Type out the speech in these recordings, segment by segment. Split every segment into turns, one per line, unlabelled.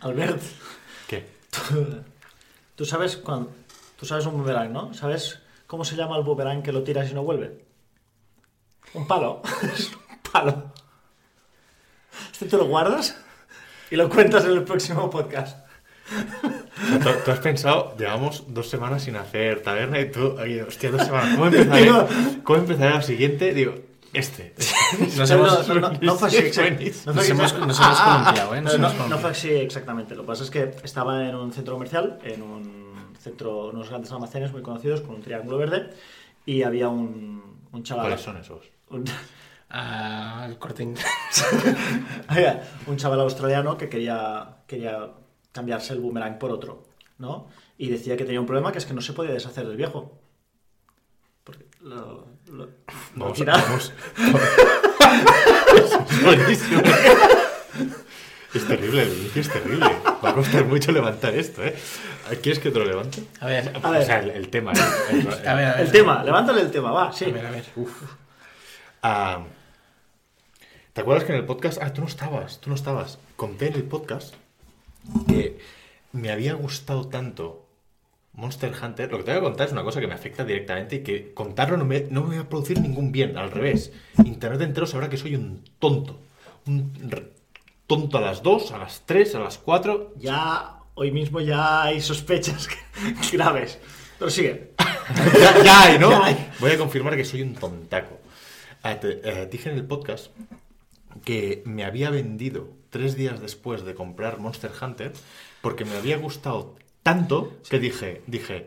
Albert,
¿Qué?
tú, tú sabes cuando, tú sabes un boomerang, ¿no? ¿Sabes cómo se llama el boomerang que lo tiras y no vuelve? Un palo. es un palo. Este te lo guardas y lo cuentas en el próximo podcast.
¿Tú, tú has pensado, llevamos dos semanas sin hacer taberna y tú, oye, hostia, dos semanas. ¿Cómo
Digo-
empezaré? ¿Cómo empezaré la siguiente? Digo, este.
O
Nos
sea,
hemos-
no, no, no, no fue así,
Sí,
exact- no fue
buenísimo.
Nos
así
hemos,
exact-
nos hemos columpiado, ¿eh? Nos
ah, No, no,
hemos
no
columpiado.
fue así exactamente. Lo que pasa es que estaba en un centro comercial, en un centro, unos grandes almacenes muy conocidos con un triángulo verde y había un, un chaval.
¿Cuáles son esos?
Un,
Ah, el corte inglés.
había un chaval australiano que quería, quería cambiarse el boomerang por otro, ¿no? Y decía que tenía un problema que es que no se podía deshacer del viejo. Porque lo, lo- lo
Vamos,
tiraba.
vamos. Es buenísimo. Es terrible, el inicio es terrible. Va a costar mucho levantar esto, ¿eh? ¿Quieres que te lo levante?
A ver,
A ver.
O sea, el, el tema. ¿eh? El-
a ver, a ver.
El tema, levántale el tema, va, sí.
A ver, a ver.
Ah, ¿Te acuerdas que en el podcast... Ah, tú no estabas, tú no estabas. Conté en el podcast que me había gustado tanto Monster Hunter. Lo que te voy a contar es una cosa que me afecta directamente y que contarlo no me, no me va a producir ningún bien. Al revés, Internet entero sabrá que soy un tonto. Un r- tonto a las 2, a las 3, a las 4.
Ya, hoy mismo ya hay sospechas que- graves. Pero sigue.
ya, ya hay, ¿no?
Ya hay.
Voy a confirmar que soy un tontaco. Ah, te- eh, dije en el podcast que me había vendido tres días después de comprar Monster Hunter porque me había gustado tanto que dije, dije,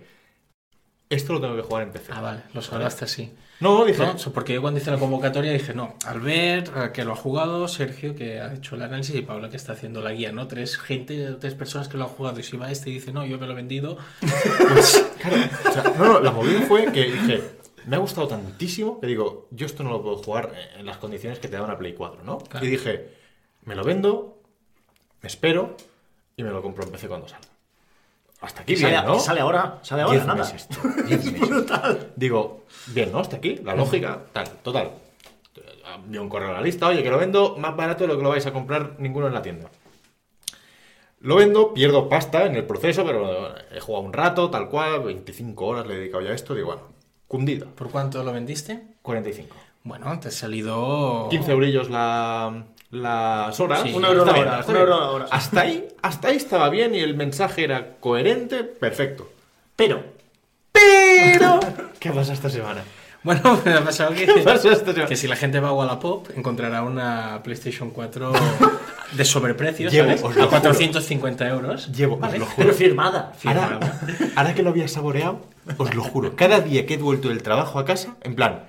esto lo tengo que jugar en PC.
Ah, vale, los hablaste así.
No, dije,
No, so- porque yo cuando hice la convocatoria dije, no, Albert, eh, que lo ha jugado, Sergio, que ha hecho el análisis, y Paula, que está haciendo la guía, ¿no? Tres gente, tres personas que lo han jugado, y si va este y dice, no, yo me lo he vendido,
Claro, o sea, no, no, la movida fue que dije, me ha gustado tantísimo que digo, yo esto no lo puedo jugar en las condiciones que te da una Play 4, ¿no?
Claro.
Y dije, me lo vendo, me espero y me lo compro en PC cuando salga. Hasta aquí bien,
sale,
¿no?
sale ahora, sale ahora,
Diez
nada.
meses, tío, diez meses. Digo, bien, ¿no? Hasta aquí, la lógica, tal, total. Dio un correo a la lista, oye, que lo vendo más barato de lo que lo vais a comprar ninguno en la tienda. Lo vendo, pierdo pasta en el proceso, pero he jugado un rato, tal cual, 25 horas le he dedicado ya a esto, digo, bueno, cundida,
¿por cuánto lo vendiste?
45.
Bueno, te ha salido...
15 eurillos la, las horas.
Sí.
Una
Un euro
está
la
bien,
hora,
está
Oh. un
bien.
euro la hora.
Hasta ahí, hasta ahí estaba bien y el mensaje era coherente, perfecto.
Pero,
Pero... ¿Qué pasa esta semana?
Bueno, me ha pasado que,
¿Qué pasó esta semana?
que si la gente va a Wallapop encontrará una PlayStation 4 de sobreprecio,
Llevo,
¿sabes?
os lo
A 450 euros.
Llevo, os
¿vale?
lo juro.
pero firmada.
Ahora,
Firmado.
ahora que lo había saboreado, os lo juro, cada día que he vuelto del trabajo a casa, en plan,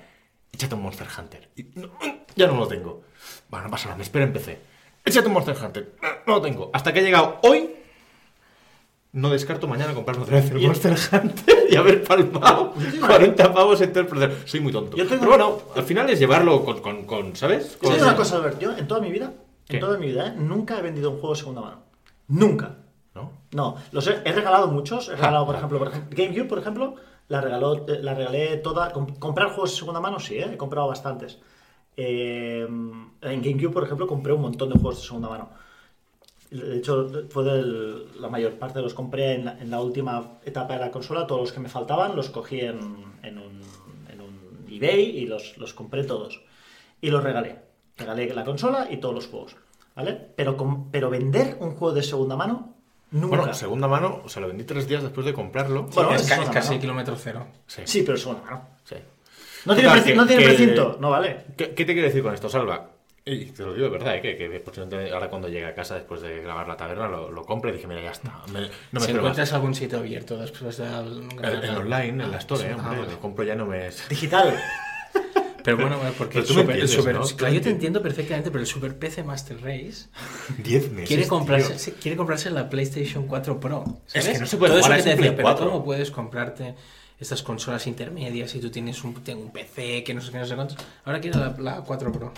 échate un Monster Hunter. Y no, ya no lo tengo. Bueno, no pasa nada, me espera en PC. Échate un Monster Hunter. No lo tengo. Hasta que he llegado hoy, no descarto mañana comprarme otra vez el
Yo-
Monster Hunter y haber palmado 40 pavos en todo el proceso. Soy muy tonto.
Yo tengo-
Pero bueno, al final es llevarlo con, con- con, ¿sabes?
Yo
Con-
te digo una cosa, Albert, yo en toda mi vida,
¿Qué?
en toda mi vida, ¿eh? nunca he vendido un juego de segunda mano. Nunca.
¿No?
No, los he, he regalado muchos. He regalado, por
Ah.
ejemplo, por ejemplo, GameCube, por ejemplo, la, regaló, eh, la regalé toda. com- comprar juegos de segunda mano, sí, ¿eh? he comprado bastantes. Eh, en GameCube, por ejemplo, compré un montón de juegos de segunda mano. De hecho, fue del- la mayor parte de los compré en la, en la última etapa de la consola. Todos los que me faltaban los cogí en, en un, en un eBay y los, los compré todos. Y los regalé. Regalé la consola y todos los juegos. ¿Vale? Pero, com- pero vender un juego de segunda mano nunca.
Bueno, segunda mano, se lo vendí tres días después de comprarlo.
Bueno,
es,
es
ca-
una
es casi
mano.
kilómetro cero.
Sí.
Sí, pero es una mano.
sí.
No tiene,
Total,
preci-
que-
no tiene
que-
precinto, no vale.
¿Qué, qué te quiero decir con esto, Salva? Y te lo digo de verdad, ¿eh? que, que posiblemente ahora cuando llegue a casa después de grabar la taberna lo, lo compre y dije, mira, ya está. me- no me
si
espero más.
encuentras algún sitio abierto después de...
En, en online, en la
Sí,
store, ¿eh?
ah,
hombre,
vale.
lo compro ya no me... es-
Digital.
Pero bueno, bueno,
Pero
porque el
tú me
super, el
entiendes,
super-
¿no? Tú
claro,
me
yo te
entiendes.
entiendo perfectamente, pero el Super PC Master Race
10 meses,
quiere
este, tío.
comprarse, se- quiere comprarse la PlayStation 4 Pro.
Es
¿sabes?
que no se puede
Todo
jugar a
eso que te
ese
decía,
Play
pero
4.
¿cómo puedes comprarte estas consolas intermedias si tú tienes un, tengo un PC que no sé qué, no sé cuántos? Ahora quiero la, la 4 Pro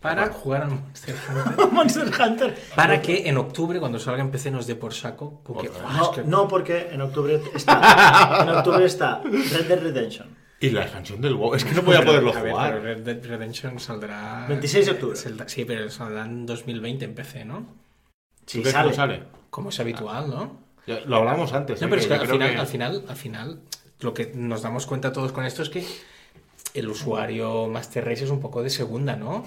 para jugar al Monster Hunter.
Monster Hunter.
Para que en octubre, cuando salga en PC, nos dé por saco. Porque,
Otra.
¡guau! es
No,
que-
no, porque en octubre está. En octubre está Red Dead Redemption.
Y la expansión del WoW, es que no voy a
Pero,
poderlo
a ver,
jugar.
pero Red Dead Redemption saldrá.
26 de octubre.
saldrá- sí, pero saldrá en 2020 en PC, ¿no?
Sí,
crees que
sale.
no sale?
Como es habitual, ¿no?
Ya, lo hablábamos antes.
No,
¿eh?
pero es que
yo
al
creo
final,
que-
al final, al final, lo que nos damos cuenta todos con esto es que el usuario Master Race es un poco de segunda, ¿no?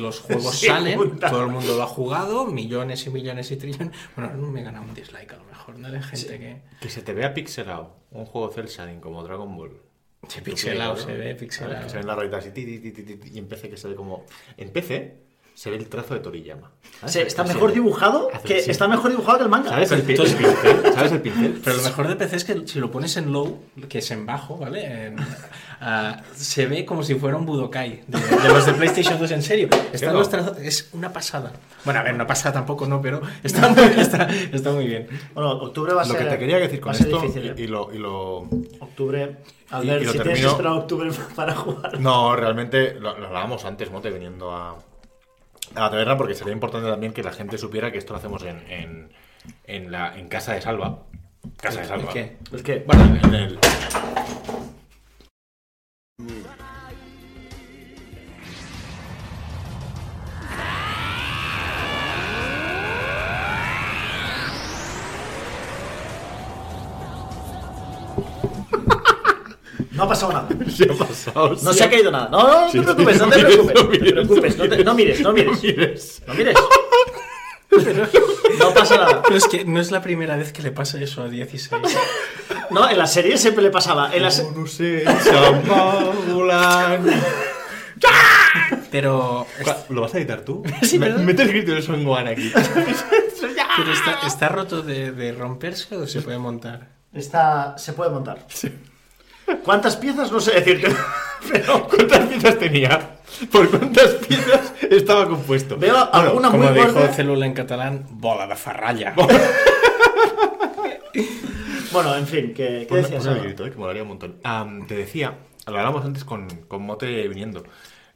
los juegos salen,
Segunda.
todo el mundo lo ha jugado, millones y millones y trillones. Bueno, no me gana un dislike a lo mejor, ¿no? De gente que.
Que se te vea pixelado un juego cel shading como Dragon Ball.
Se pixelado,
¿no?
se ve
¿Sabes?
pixelado.
Que se ven las rayitas y, ti, ti, ti, ti, ti, ti, y en PC que se ve como... En PC se ve el trazo de Toriyama. ¿sabes?
Se- está
Así,
mejor
así.
dibujado
Ah, Hace-
que
sí.
está mejor dibujado que el manga.
¿Sabes el, pi-
Entonces-
el pincel? ¿Sabes el pincel?
Pero lo mejor de PC es que si lo pones en low, que es en bajo, ¿vale? En- ah, se ve como si fuera un Budokai de, de los de PlayStation 2, en serio. Están
no?
los trazos- es una pasada. Bueno, a ver, no pasada tampoco, no, pero está muy, está, está muy bien.
Bueno, octubre va a
Lo
ser.
que te quería decir
va
con
a ser
esto
difícil, ¿eh?
y lo, y lo...
Octubre. A
Y-
ver
y lo
si tienes que
termino-
esperar a octubre para jugar.
No, realmente lo, lo hablábamos antes, Mote, viniendo a, a la taberna, porque sería importante también que la gente supiera que esto lo hacemos en, en, en la, en Casa de Salva. Casa de Salva.
¿Qué?
Es que.
Bueno, en el-
No ha pasado nada.
Se ha pasado.
No
sí.
se ha caído nada. No, no, no
Sí,
te
sí,
preocupes,
no
no te
mires,
preocupes.
no
No te preocupes,
mires,
no, te- no mires, no mires.
Mires.
No mires. No pasa nada.
Pero es que no es la primera vez que le pasa eso a 16.
No, en la serie siempre le pasaba. En la se-
No sé, chamabulán.
Pero,
¿Lo vas a editar tú?
Sí,
Me-
¿verdad?
Mete el grito de Son Gohan aquí.
pero
¡Ah!
está, está roto de, de romperse o se puede montar.
Está, se puede montar. ¿Cuántas piezas? No sé decirte. Pero
¿Cuántas piezas tenía? ¿Por cuántas piezas estaba compuesto?
Veo alguna
como
muy
dijo-
gorda.
Con célula en catalán, bola de farralla.
bueno, en fin, ¿qué, qué
Pon-
decías?
pon el
Álvaro?
grito, eh, que molaría un montón. Am, te decía, lo hablábamos antes con, con Mote viniendo,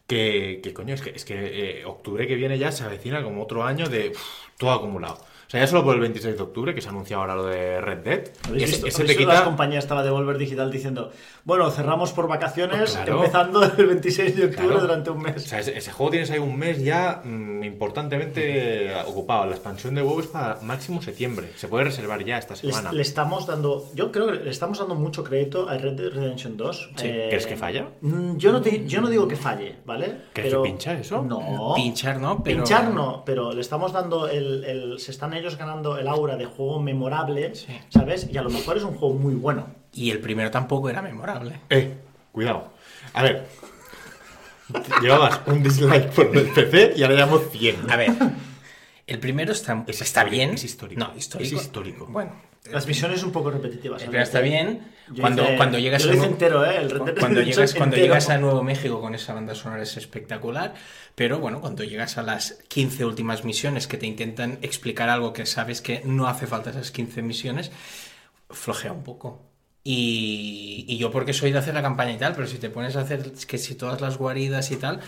que, que coño, es que, es que eh, octubre que viene ya se avecina como otro año de uf, todo acumulado. O sea, ya solo por el 26 de octubre, que se anuncia ahora lo de Red Dead,
¿Habéis
ese-
visto,
ese
habéis
te
visto las
quita...
compañías estaba de Volver Digital diciendo, bueno, cerramos por vacaciones,
Pues claro.
empezando el 26 de octubre
Claro.
durante un
O
mes.
sea, ese, ese juego tienes ahí un mes ya mm, importantemente ocupado. La expansión de WoW es para máximo septiembre. Se puede reservar ya esta
Les-
semana.
le estamos dando, yo creo que le estamos dando mucho crédito a Red Dead Redemption 2.
Sí. ¿Crees que falla?
mm, Yo no, te- yo no digo que falle, ¿vale?
¿Crees que pincha eso?
No.
Pinchar no, pero.
Oh. Pinchar no, pero le estamos dando el, el- Se están ellos ganando el aura de juego memorable,
Sí.
¿sabes? Y a lo mejor es un juego muy bueno.
Y el primero tampoco era memorable.
Eh, cuidado. A ver. Llevabas un dislike por el PC y ahora llevamos 100.
A ver, el primero está,
Es
está
histórico,
bien.
es histórico.
No, histórico.
Es histórico.
Bueno,
Las misiones un poco repetitivas.
el
¿sabes?
primero está bien.
Yo
Cuando,
hice-
cuando llegas
yo
a
lo hice
un-
entero, ¿eh? El Red Dead
cuando
Redemption
llegas, cuando
entero.
llegas a Nuevo México con esa banda sonora es espectacular, pero bueno, cuando llegas a las 15 últimas misiones que te intentan explicar algo que sabes que no hace falta esas 15 misiones, flojea un poco. Y, y yo porque soy de hacer la campaña y tal, pero si te pones a hacer es que si todas las guaridas y tal...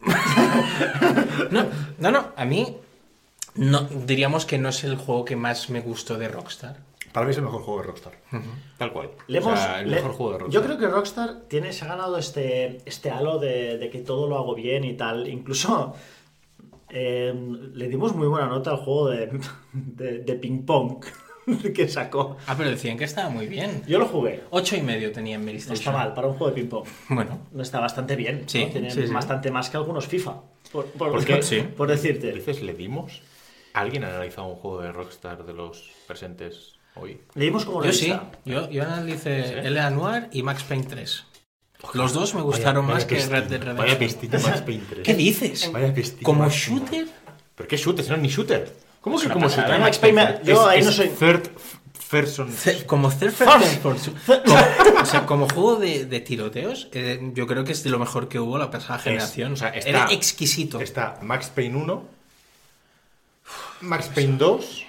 no, no, no, a mí no, diríamos que no es el juego que más me gustó de Rockstar.
Para mí es el mejor juego de Rockstar. Tal cual.
Le
O sea,
hemos-
el
le-
mejor juego de Rockstar.
Yo creo que Rockstar tiene, se ha ganado este, este halo de, de que todo lo hago bien y tal. Incluso eh, le dimos muy buena nota al juego de, de, de ping-pong que sacó.
Ah, pero decían que estaba muy bien.
Yo lo jugué.
Ocho y medio tenía en mi lista.
No está mal para un juego de ping-pong.
Bueno,
No está bastante bien.
Sí,
¿no? Tiene
sí, sí.
bastante más que algunos FIFA. Por, por-
¿Por qué?
Sí.
por decirte.
Dices, ¿le dimos? ¿Alguien ha analizado un juego de Rockstar de los presentes hoy?
Le dimos como
Yo sí,
revista.
yo, yo analicé
¿Sí?
L. Anuar y Max Payne 3. Los dos me gustaron
Vaya- vaya
más que
pistina,
Red Dead Redemption.
Vaya pistita más Pinterest.
¿Qué dices?
Vaya pistina
Como
más
shooter,
¿Pero qué shooter? Si no es ni shooter. ¿Cómo que
una
como
pasada,
shooter?
Max Payne me- yo
Es-
ahí
es
no soy-
Third person.
ce- como third
First.
person person- como- o sea, como juego de, de tiroteos, eh, yo creo que es de lo mejor que hubo la pasada generación.
o sea, está-
Era exquisito.
Está Max Payne 1, Max Payne 2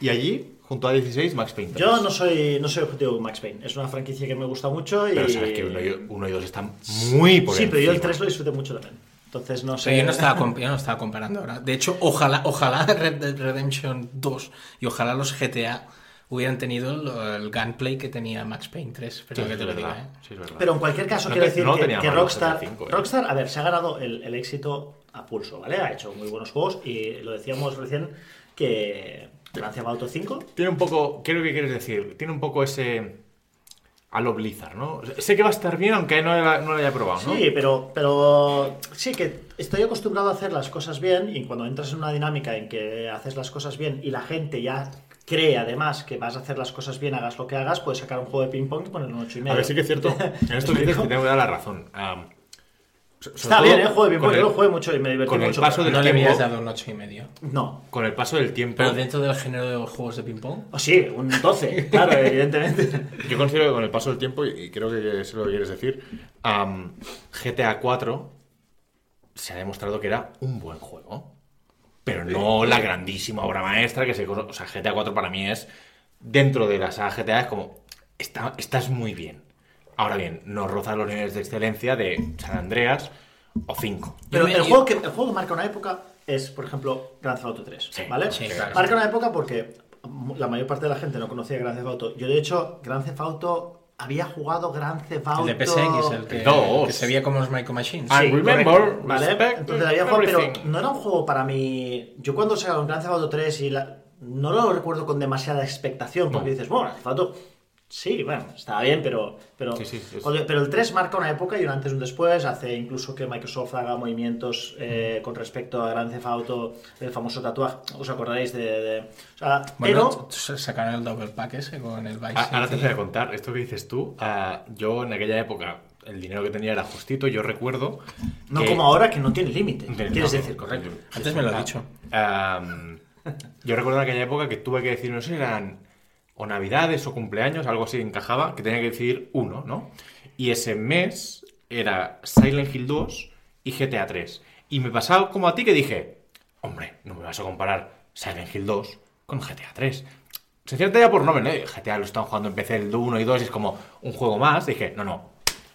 y allí, junto a 16, Max Payne 3.
Yo no soy, no soy objetivo con Max Payne. Es una franquicia que me gusta mucho y.
Pero sabes que 1 y, uno y 2 están muy por
Sí, pero yo el
encima.
3 lo disfruté mucho también. Entonces no
O
sé.
sea, yo no, estaba, comp- yo no estaba comparando ahora. De hecho, ojalá, ojalá Red Dead Redemption 2 y ojalá los GTA hubieran tenido el, el gunplay que tenía Max Payne 3.
Sí,
Pero
es
que te lo diga,
verdad,
¿eh?
sí, es verdad.
Pero en cualquier caso,
No
quiero
te-
decir
no
que,
tenía
que
mal
Rockstar,
75, eh.
Rockstar, a ver, se ha ganado el, el éxito a pulso, ¿vale? Ha hecho muy buenos juegos y lo decíamos recién, que Grand Theft Auto 5
Tiene un poco, creo que quieres decir, tiene un poco ese. A lo Blizzard, ¿no? Sé que va a estar bien, aunque no, la- no lo haya probado, ¿no?
Sí, pero, pero sí que estoy acostumbrado a hacer las cosas bien y cuando entras en una dinámica en que haces las cosas bien y la gente ya cree además que vas a hacer las cosas bien, hagas lo que hagas, puedes sacar un juego de ping-pong y ponerle un 8 y medio.
A ver, sí que es cierto. En esto que dices, te tengo que dar la razón. Am, so- sobre
Está
todo
bien, ¿eh? Juego de ping-pong,
con
yo
el-
lo jugué mucho y me divertí
con el
mucho.
paso de-
No le habías
tiempo-
dado un 8 y medio.
No.
Con el paso del tiempo,
Pero dentro del género de los juegos de ping-pong.
O sí, un 12, claro, evidentemente.
yo considero que con el paso del tiempo, y y creo que es lo que quieres decir, am, GTA 4 se ha demostrado que era un buen juego, pero no la grandísima obra maestra que se... cono- O sea, GTA 4 para mí es, dentro de la saga GTA, es como, está, estás muy bien. Ahora bien, no rozas los niveles de excelencia de San Andreas o 5.
Pero
me-
el juego, que, el juego que marca una época es, por ejemplo, Grand Theft Auto 3,
Sí,
¿vale?
sí, claro.
Marca una época porque la mayor parte de la gente no conocía Grand Theft Auto. Yo, de hecho, Grand Theft Auto... Había jugado Grand Theft Auto...
El de PSX, el que,
El dos.
el que se veía como los Micro Machines.
Ah,
Sí,
I remember,
correcto, ¿vale?
respect,
Entonces había jugado, pero
everything.
no era un juego para mí. Yo cuando sacaron Grand Theft Auto 3 y la- no lo recuerdo con demasiada expectación, porque
No.
dices, bueno, Grand Theft Auto, sí, bueno, estaba bien, pero pero
Sí, sí, sí, sí.
joder, pero el 3 marca una época y un antes y un después, hace incluso que Microsoft haga movimientos eh, con respecto a Grand Theft Auto, el famoso tatuaje, os acordaréis de, de- o sea,
Bueno,
pero
t- t- sacaron el double pack ese con el Vice.
Ah, Ahora te voy a contar esto que dices tú. ah, yo en aquella época el dinero que tenía era justito, yo recuerdo.
no
que-
como ahora que no tiene límite.
de-
Quieres
no,
decir, correcto.
Antes me lo has dicho.
Ah, am, yo recuerdo en aquella época que tuve que decir, no sé, si eran o navidades o cumpleaños, algo así encajaba, que tenía que decidir uno, ¿no? Y ese mes era Silent Hill 2 y GTA 3. Y me pasaba como a ti que dije, hombre, no me vas a comparar Silent Hill 2 con GTA 3. Sencillamente ya por nombre, ¿no? GTA lo están jugando en PC el 1 y 2 y es como un juego más. Dije, no, no,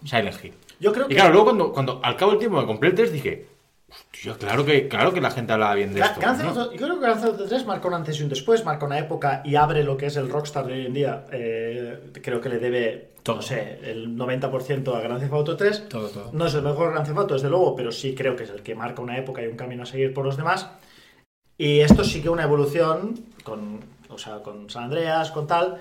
Silent Hill.
Yo creo
Y
que
claro, luego cuando, cuando al cabo del tiempo me compré el 3 dije, hostia, claro que, claro que la gente hablaba bien de
Gra-
esto.
Grand Theft
¿no?
Auto- yo creo que Grand Theft Auto 3 marcó un antes y un después, marcó una época y abre lo que es el Rockstar de hoy en día. Eh, creo que le debe, no
Todo.
sé, el 90% a Grand Theft Auto 3.
Todo, todo.
No es el mejor Grand Theft Auto, desde luego, pero sí creo que es el que marca una época y un camino a seguir por los demás. Y esto sí que una evolución con, o sea, con San Andreas, con tal.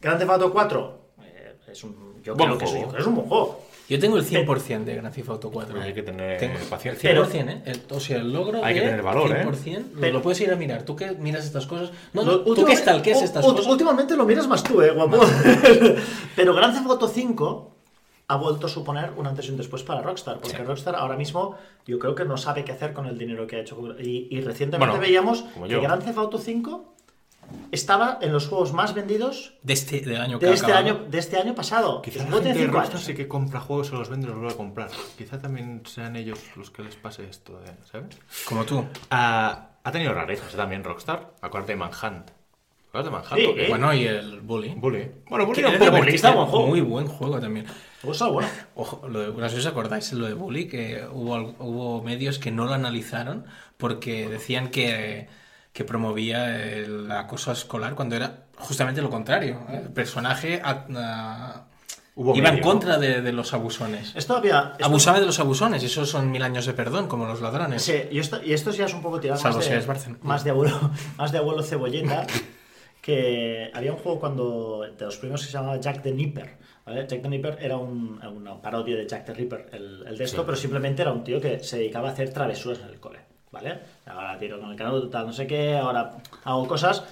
Grand Theft Auto 4 eh, es un, yo,
Buen
creo que es,
juego.
yo creo que es un buen juego.
Yo tengo el 100% de Grand Theft Auto 4.
Hay que tener
Tengo-
paciencia.
Pero-
100%, ¿eh? El- o sea, el logro
Hay que
de
tener valor, ¿eh?
100%, lo-
Pero-
lo puedes ir a mirar. Tú que miras estas cosas... No,
Lo-
no, tú que
últimamente-
stalkeas
u-
estas
u-
cosas...
Últimamente lo miras más tú, eh, guapo. Pero Grand Theft Auto 5 ha vuelto a suponer un antes y un después para Rockstar, porque Rockstar ahora mismo yo creo que no sabe qué hacer con el dinero que ha hecho. Y, y recientemente
Bueno,
veíamos
como
que
yo.
Grand Theft Auto 5 estaba en los juegos más vendidos
De este, del año que
de
ha
este
acabado.
año, de este año pasado.
Quizás la
Después de
gente de
cinco
Rockstar
años.
sí que compra juegos, se los vende y los vuelve a comprar. Quizá también sean ellos los que les pase esto, de- ¿sabes?
Como tú.
Ah, ha tenido rarezas también Rockstar. Acuérdate de Manhunt. Acuérdate de Manhunt.
Sí,
Porque-
¿eh?
Bueno, y el Bully.
Bully. Bueno, Bully
Que
era un
era
poco
divertido.
molesta.
buen juego.
Muy buen juego también.
Pues ah, bueno.
Ojo, lo de- no sé si os acordáis lo de Bully, que hubo, al- hubo medios que no lo analizaron porque decían que, que promovía el acoso escolar cuando era justamente lo contrario. ¿eh? El personaje a- a-
Hubo
iba en
medio.
contra de, de los abusones.
Esto había. esto-
Abusaba de los abusones, y esos son mil años de perdón, como los ladrones.
Sí, y esto, y esto ya es un poco tirado
Salvo
más,
si
de,
eres Barcelona.
más de abuelo, más de abuelo cebolleta. que había un juego cuando de los primeros que se llamaba Jack the Nipper. ¿vale? Jack the Nipper era un- una parodia de Jack the Ripper, el, el de esto,
Sí.
pero simplemente era un tío que se dedicaba a hacer travesuras en el cole. ¿vale? Ahora tiro con el canuto, tal, no sé qué, ahora hago cosas.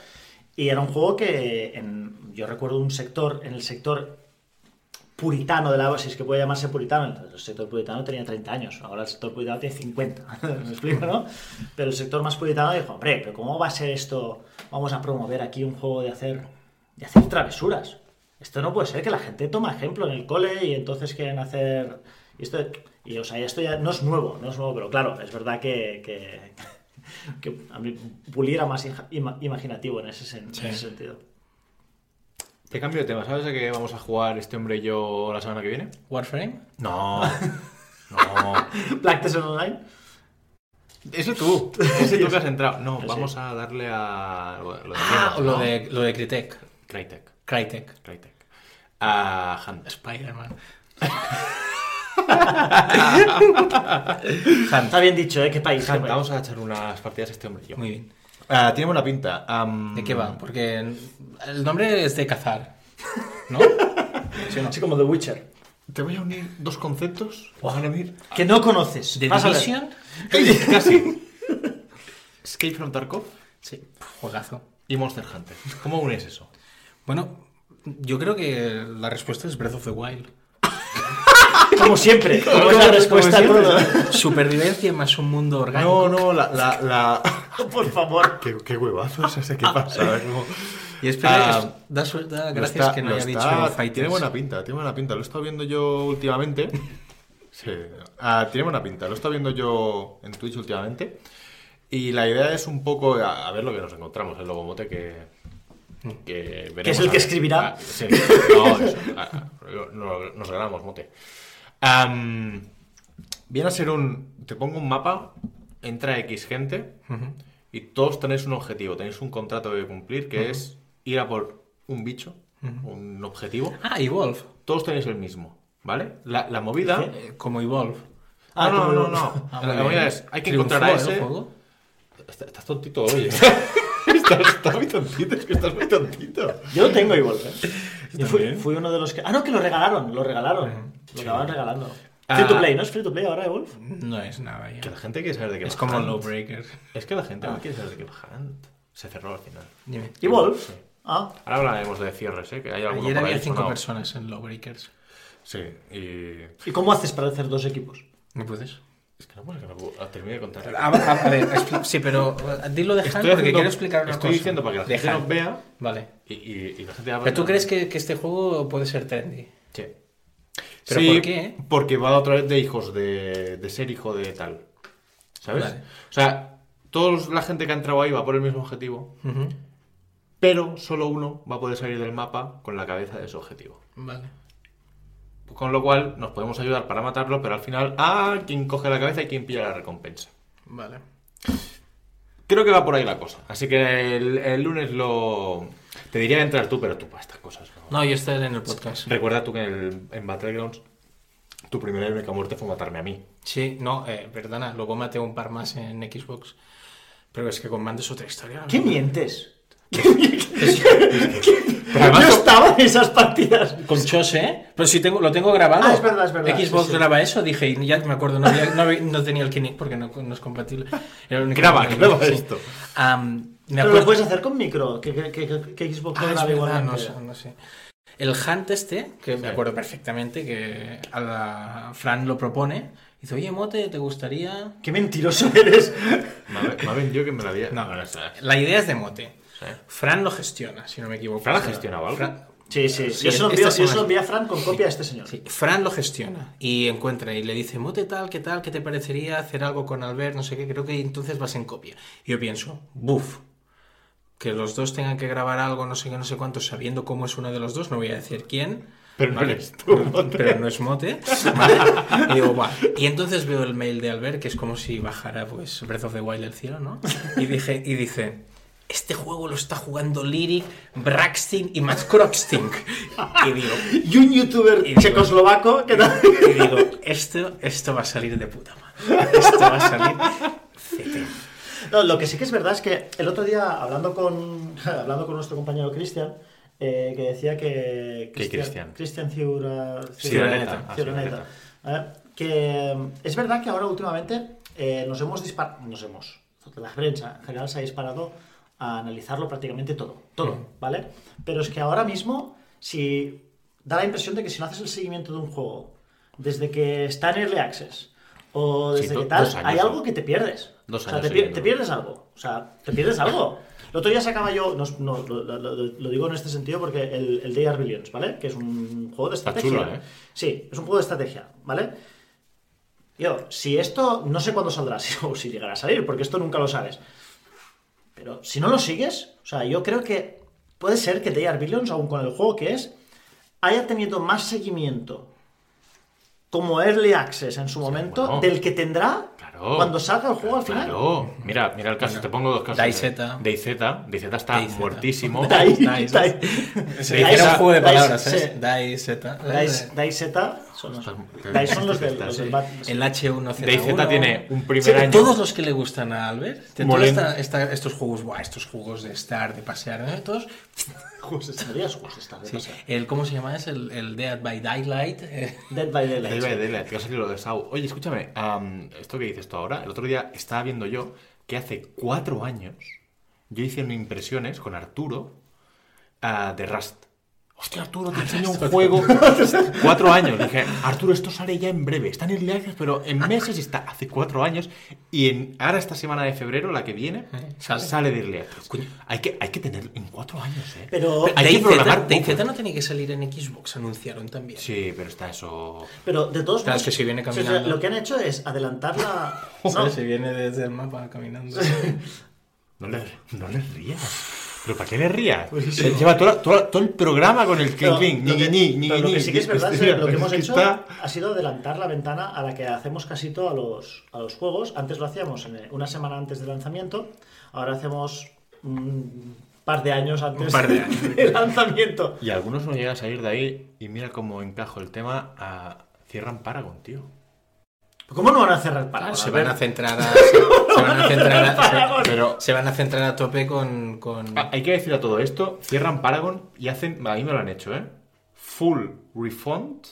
Y era un juego que en- yo recuerdo un sector, en el sector puritano de la si es que puede llamarse puritano, el sector puritano tenía 30 años, ahora el sector puritano tiene 50, me explico, ¿no? Pero el sector más puritano dijo, hombre, pero ¿cómo va a ser esto? Vamos a promover aquí un juego de hacer, de hacer travesuras. Esto no puede ser que la gente toma ejemplo en el cole y entonces quieren hacer... Y esto, y, o sea, esto ya no es nuevo, no es nuevo, pero claro, es verdad que, que, que a mí Bully era más inja- ima- imaginativo en ese, sen-
Sí.
en ese sentido.
Te cambio de tema. ¿Sabes a qué vamos a jugar este hombre y yo la semana que viene?
Warframe.
No. No.
Black Desert Online.
Ese tú, ese tú que has entrado. No,
Ese.
vamos a darle a lo lo de,
Ah,
mierda,
lo
¿no?
de, lo de Crytek.
Crytek,
Crytek.
Crytek. A Hunt.
Spider-Man.
Está bien dicho, ¿eh? ¿Qué país? qué
Hunt,
país. ¿eh?
vamos a echar unas partidas a este hombre y yo.
Muy bien.
Ah, tiene buena pinta. Am,
¿De qué va? Porque el nombre es de cazar, ¿no? ¿Sí o no?
Así como The Witcher.
Te voy a unir dos conceptos.
Oh.
Van a unir.
Que no conoces.
¿De
Vas a ver.
Division?
Casi. Escape from Tarkov
Sí, juegazo.
y Monster Hunter. ¿Cómo unes eso?
Bueno, yo creo que la respuesta es Breath of the Wild.
Como siempre. Como es la
como
respuesta a
siempre,
todo.
Supervivencia más un mundo
No,
orgánico.
no, la. la, la...
Por favor.
qué, qué huevazo es ese que pasa. ¿eh? Como-
Y espera,
Ah,
es- da, su- da
Lo
gracias
está-
que no
lo
haya
está-
dicho Fighters.
Tiene buena pinta, tiene buena pinta. Lo he estado viendo yo últimamente. Sí. Ah, tiene buena pinta. Lo he estado viendo yo en Twitch últimamente. Y la idea es un poco a, a ver lo que nos encontramos, el logomote que. Que, veremos
es el
a
que
ver.
escribirá.
Ah, sí. No, eso. Ah, ah, lo- lo- nos ganamos, mote. Am, viene a ser un. Te pongo un mapa, entra X gente.
Ujú.
Y todos tenéis un objetivo, tenéis un contrato que cumplir, que es ir a por un bicho, un objetivo.
Ah, Evolve.
Todos tenéis el mismo, ¿vale? La, la movida...
Eh, Como Evolve.
Ah,
Ah,
no,
como
no,
lo-
no.
Ah,
la
muy bien.
movida es, hay que
Triunfó,
encontrar a
¿eh,
ese...
el juego?
Está- Estás tontito, oye. estás, estás muy tontito, es que estás muy tontito.
Yo lo tengo igual. ¿eh? Yo fui,
bien.
fui uno de los que. Ah, no, que lo regalaron. Lo regalaron. Lo acababan regalando. Free
Ah.
to play, ¿no es free to play ahora, Wolf?
No es nada
Que
ya.
la gente quiere saber de qué
Es
va
como Ah.
Hunt.
Lawbreaker.
Es que la gente no quiere saber de qué va Hunt. Se cerró al final.
Dime.
¿Y Wolf?
Sí.
Ah,
Ahora hablaremos de cierres, ¿eh? Que hay alguno
Ayer
por ahí
había cinco
sonado.
personas en Lawbreakers.
Sí, y...
¿y cómo haces para hacer dos equipos?
¿No puedes?
Es que no puedo, que no puedo. Ah, Terminé de contar.
A, a- a ver, expli- sí, pero eh, dilo de Han porque
haciendo-
quiero explicar una
estoy
cosa.
diciendo para que la
De
gente
Han.
nos vea
Vale.
y, y- y la gente va
Pero tú crees que, que este juego puede ser trendy.
Sí.
¿Pero
Sí,
por qué? eh?
Porque va otra vez de hijos, de, de ser hijo de tal. ¿Sabes?
Vale.
O sea, toda la gente que ha entrado ahí va por el mismo objetivo,
Ujú.
pero solo uno va a poder salir del mapa con la cabeza de su objetivo.
Vale.
Con lo cual nos podemos ayudar para matarlo, pero al final, ¡ah! Quien coge la cabeza y quien pilla la recompensa.
Vale.
Creo que va por ahí la cosa. Así que el, el lunes lo. Te diría de entrar tú, pero tú para estas cosas no.
No, yo estaré en el podcast.
Recuerda tú que en, el- en Battlegrounds tu primera y única muerte fue matarme a mí.
Sí, no, eh, perdona, luego maté un par más en Xbox. Pero es que con mando es otra historia. ¿no?
¿Qué mientes?
Pero además-
Yo estaba en esas partidas.
Con Chos, ¿eh? Pero si tengo, lo tengo grabado.
Ah, es verdad, es verdad,
Xbox
sí, sí.
graba eso, dije, y ya me acuerdo, no, había- no había- no tenía el Kinect porque no, no es compatible. Era el único
Graba,
que tenía,
graba esto.
Am, me
Pero
acuerdo.
lo puedes hacer con micro, que, que, que, que Xbox
Ah,
no
es
graba
verdad,
igualmente.
no sé, no sé. El Hunt este, que
Sí.
me acuerdo perfectamente, que a la Fran lo propone, dice, oye, Mote, ¿te gustaría...?
Qué mentiroso eres.
Me ha me ha vendido que me la había. No, no, está.
La idea es de Mote.
Sí.
Fran lo gestiona, si no me equivoco.
¿Fran la gestionaba algo?
Fran-
Sí, sí.
Sí,
yo se lo
esta
envío, yo se
semana.
lo envié a Fran con copia a este señor.
Sí, Fran lo gestiona y encuentra y le dice, Mote tal, ¿qué tal? ¿Qué te parecería hacer algo con Albert? No sé qué, creo que entonces vas en copia. Y yo pienso, buf, que los dos tengan que grabar algo, no sé qué, no sé cuánto, sabiendo cómo es uno de los dos, no voy a decir quién.
Pero no
¿vale?
eres tú,
No,
Mote.
Pero no es Mote. ¿vale? Y digo, "Buah". Y entonces veo el mail de Albert, que es como si bajara pues Breath of the Wild del cielo, ¿no? Y, dije, y dice... Este juego lo está jugando Lyric, Braxton y Matt Croxton. Y digo,
Y un youtuber
Y-
checoslovaco que tal.
y digo, esto, esto va a salir de puta madre. Esto va a salir CT.
No, lo que sí que es verdad es que el otro día, hablando con, hablando con nuestro compañero Cristian, eh, que decía que...
¿Qué Cristian?
Cristian Ciura-
Ciuraneta.
Ciuraneta,
Ah,
Ciuraneta. Eh, que mm, es verdad que ahora últimamente eh, nos hemos disparado... Nos hemos... La prensa en general se ha disparado a analizarlo prácticamente todo. Todo, ¿vale? Pero es que ahora mismo, si... Da la impresión de que si no haces el seguimiento de un juego, desde que está en Early Access, o
Sí,
desde
do-
que tal,
dos años,
hay
¿no?
algo que te pierdes.
Dos
O sea,
años
te, pier-
siguiendo.
te pierdes algo. O sea, te pierdes algo. El otro día sacaba yo, no, no, lo, lo- lo- lo digo en este sentido porque el, el Day Are Billions, ¿vale? Que es un juego de
Está
estrategia.
chulo, ¿eh?
Sí, es un juego de estrategia, ¿vale? Yo, si esto, no sé cuándo saldrá si- o si llegará a salir, porque esto nunca lo sabes. Pero si no lo sigues, o sea, yo creo que puede ser que Day Are Billions, aún con el juego que es, haya tenido más seguimiento como Early Access en su momento
bueno.
del que tendrá
Claro. Claro.
Cuando salga el juego al final.
Claro. Mira, mira el caso.
Bueno,
Te pongo dos casos.
DayZ.
DayZ. DayZ está
DayZ.
muertísimo.
Dai,
Dai,
Dai.
Se
Dai-
era un juego de
Dai-
palabras,
sí.
¿eh? Dai Z.
Dai, Dai Z son los,
Ostras,
Dai son los del,
pues,
los
sí.
del Bat-
El H1Z1.
DayZ tiene un primer
Sí,
año.
Todos los que le gustan a Albert. de toda
Molen-
esta- esta- estos juegos, buah, estos juegos de estar, de pasear, ¿no? todos.
Juegos de estrategias, juegos de estrategias.
El, ¿Cómo se llama? Es el, el Dead by Daylight. eh.
Dead by Daylight.
Daylight, Daylight, que va a salir lo de Sau. Oye, escúchame, am, esto que dices tú ahora, el otro día estaba viendo yo que hace cuatro años yo hice unas impresiones con Arturo ah, de Rust. Hostia, Arturo, te enseño un juego. cuatro años. Dije, Arturo, esto sale ya en breve. Está en Early Access, pero en meses está. Hace cuatro años. Y en, ahora, esta semana de febrero, la que viene,
Eh,
sale,
sale.
de Early Access. hay, que, hay que tener en cuatro años, ¿eh?
Pero-
hay que
DayZ
programar.
DayZ
poco.
no tiene que salir en Xbox, anunciaron también.
Sí, pero está eso.
Pero de todos
Claro, es que si viene
o sea,
caminando.
Lo que han hecho es adelantar la.
O sea,
No,
se viene desde el mapa caminando.
No le, no le rías. ¿Pero para qué le rías? Se Lleva todo, todo, todo el programa con el
pero
clink clink,
Pues lo que-
ni, ni, ni,
pero lo que
ni, ni. este,
sí que es verdad es
este
Hostia,
que lo que hemos
es
hecho
está-
ha sido adelantar la ventana a la que hacemos casito a los, a los juegos. Antes lo hacíamos en, eh, una semana antes del lanzamiento, ahora hacemos un par de años antes
Un par de años.
del lanzamiento.
Y algunos no llegan a salir de ahí y mira cómo encajo el tema a... Cierran Paragon, tío.
¿Cómo no van a cerrar para?
Claro,
ahora?
se
A
van
ver,
a centrar a. Se, se van a centrar a. se-
Paragon.
Pero
se van a centrar a tope con. con-
ah, hay que decir a todo esto, cierran Paragon y hacen... A mí me lo han hecho, ¿eh? Full refund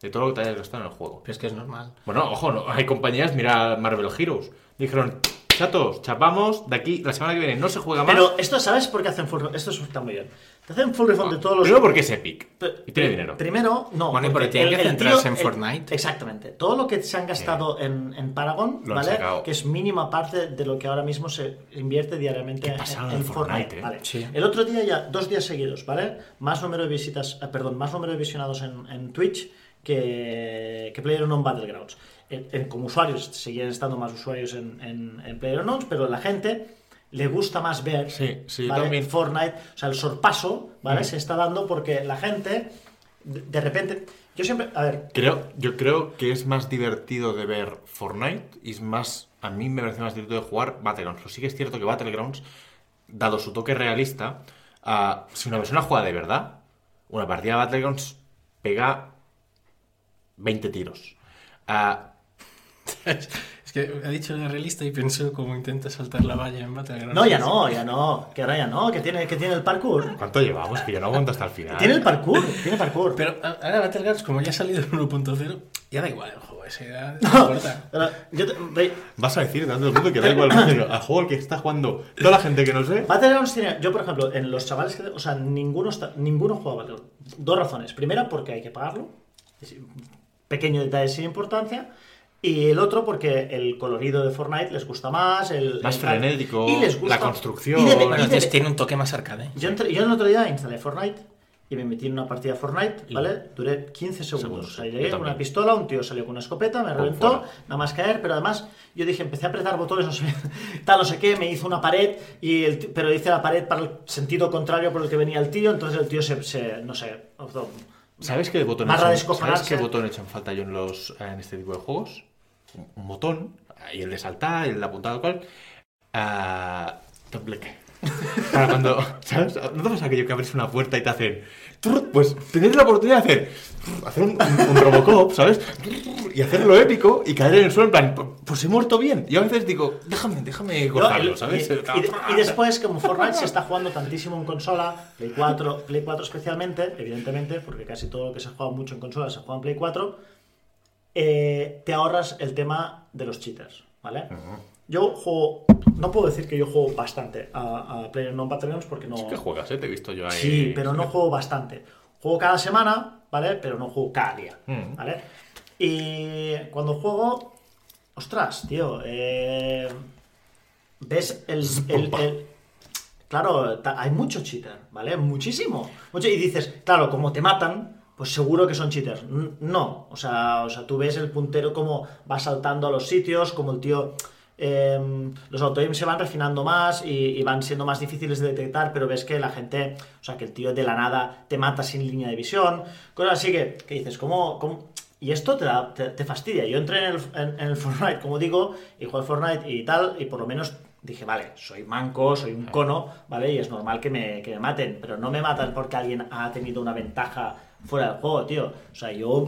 de todo lo que te hayas gastado en el juego.
Pero es que es normal.
Bueno, ojo, no, hay compañías, mira Marvel Heroes. Dijeron, chatos, chapamos, de aquí, la semana que viene no se juega más.
Pero esto, ¿sabes por qué hacen full refund? Esto está muy bien. Te hacen full refund de todos los.
Primero porque es Epic.
Pe-
Y tiene dinero.
Primero, no.
Bueno,
porque
pero tienen que centrarse en Fortnite.
exactamente. Todo lo que se han gastado en, en Paragon,
Lo han
¿vale?
sacado.
Que es mínima parte de lo que ahora mismo se invierte diariamente en,
pasada
en
de Fortnite,
Fortnite.
eh.
¿vale?
Sí.
El otro día ya, dos días seguidos, ¿vale? Más número de visitas, eh, perdón, más número de visionados en, en Twitch que, que PlayerUnknown Battlegrounds. En- en- como usuarios, seguían estando más usuarios en, en, en PlayerUnknown, pero la gente le gusta más ver
Sí, sí, yo
¿vale?
también.
Fortnite, o sea, el sorpaso, ¿vale? Se está dando porque la gente, de, de repente, yo siempre, a ver,
Creo, yo creo que es más divertido de ver Fortnite y es más, a mí me parece más divertido de jugar Battlegrounds. Pero sí que es cierto que Battlegrounds, dado su toque realista, ah, si una persona juega de verdad, una partida de Battlegrounds pega 20 tiros. Ah,
Es que ha dicho la realista y pienso cómo intenta saltar la valla en Battlegrounds.
no, ya no, ya no, que ahora ya no, que tiene, que tiene el parkour.
¿Cuánto llevamos? Que yo no aguanto hasta el final.
Tiene el parkour, tiene parkour.
Pero a- ahora Battlegrounds, como ya ha salido el 1.0, ya da igual el juego ese, ya no
No,
importa.
pero yo te- ve,
Vas a decir tanto el mundo que da igual pero al juego al que está jugando toda la gente que no sé.
Battlegrounds tiene, yo por ejemplo, en los chavales que, o sea, ninguno, está, ninguno juega Battlegrounds. Dos razones. Primera, porque hay que pagarlo. Es- Pequeño detalle sin importancia. Y el otro, porque el colorido de Fortnite les gusta más. El,
Más
el-
frenético,
y les gusta-
la construcción.
y de- y
Bueno,
de-
entonces tiene un toque más arcade.
Yo, entré- yo el otro día instalé Fortnite y me metí en una partida de Fortnite,
Y-
¿vale? Duré 15 segundos.
Segundos,
O sea,
sí,
llegué
yo
con una
también.
pistola, un tío salió con una escopeta, me
Pum,
reventó,
fuera.
nada más caer, pero además yo dije, empecé a apretar botones, no sé, tal, no sé qué, me hizo una pared, y el ti- pero hice la pared para el sentido contrario por el que venía el tío, entonces el tío se, se- no sé, hizo-
¿Sabes qué botón
Barra
he
de
hecho-
escojonarse.
¿Sabes qué botón he hecho en falta yo en los en este tipo de juegos? Un- Un botón, y el de saltar, el de apuntado cual. Ah, top like. Para cuando, ¿sabes? ¿No te pasa aquello que abres una puerta y te hacen... trrr? Pues tener la oportunidad de hacer... trrr, Hacer un, un- un Robocop, ¿sabes? Trrr, Y hacerlo épico y caer en el suelo en plan... "Pu- Pues he muerto bien. Y a veces digo, déjame, déjame
No,
cortarlo,
el-
¿sabes?
Y, y- y después, como Fortnite se está jugando tantísimo en consola, Play 4, Play 4 especialmente, evidentemente, porque casi todo lo que se juega mucho en consola se juega en Play 4, eh, te ahorras el tema de los cheaters, ¿vale? Yo juego, no puedo decir que yo juego bastante a, a PlayerUnknown's Battlegrounds porque no...
Sí que juegas, ¿eh? Te he visto yo ahí...
Sí, pero no juego bastante. Juego cada semana, ¿vale? Pero no juego cada día,
Mm.
¿vale? Y cuando juego, ostras, tío, eh, ves el... el- el- claro, ta- hay mucho cheater, ¿vale? Muchísimo. Mucho, y dices, claro, como te matan, pues seguro que son cheaters. N- No, o sea, o sea, tú ves el puntero como va saltando a los sitios, como el tío... eh, los autoims se van refinando más y, y van siendo más difíciles de detectar, pero ves que la gente, o sea, que el tío de la nada te mata sin línea de visión, cosas así que, que dices, ¿cómo, cómo, Y esto te, da- te- te fastidia. Yo entré en el, en- en el Fortnite, como digo, y jugué al Fortnite y tal, y por lo menos dije, vale, soy manco, soy un cono, ¿vale? Y es normal que me, que me maten, pero no me matan porque alguien ha tenido una ventaja fuera del juego, tío. O sea, yo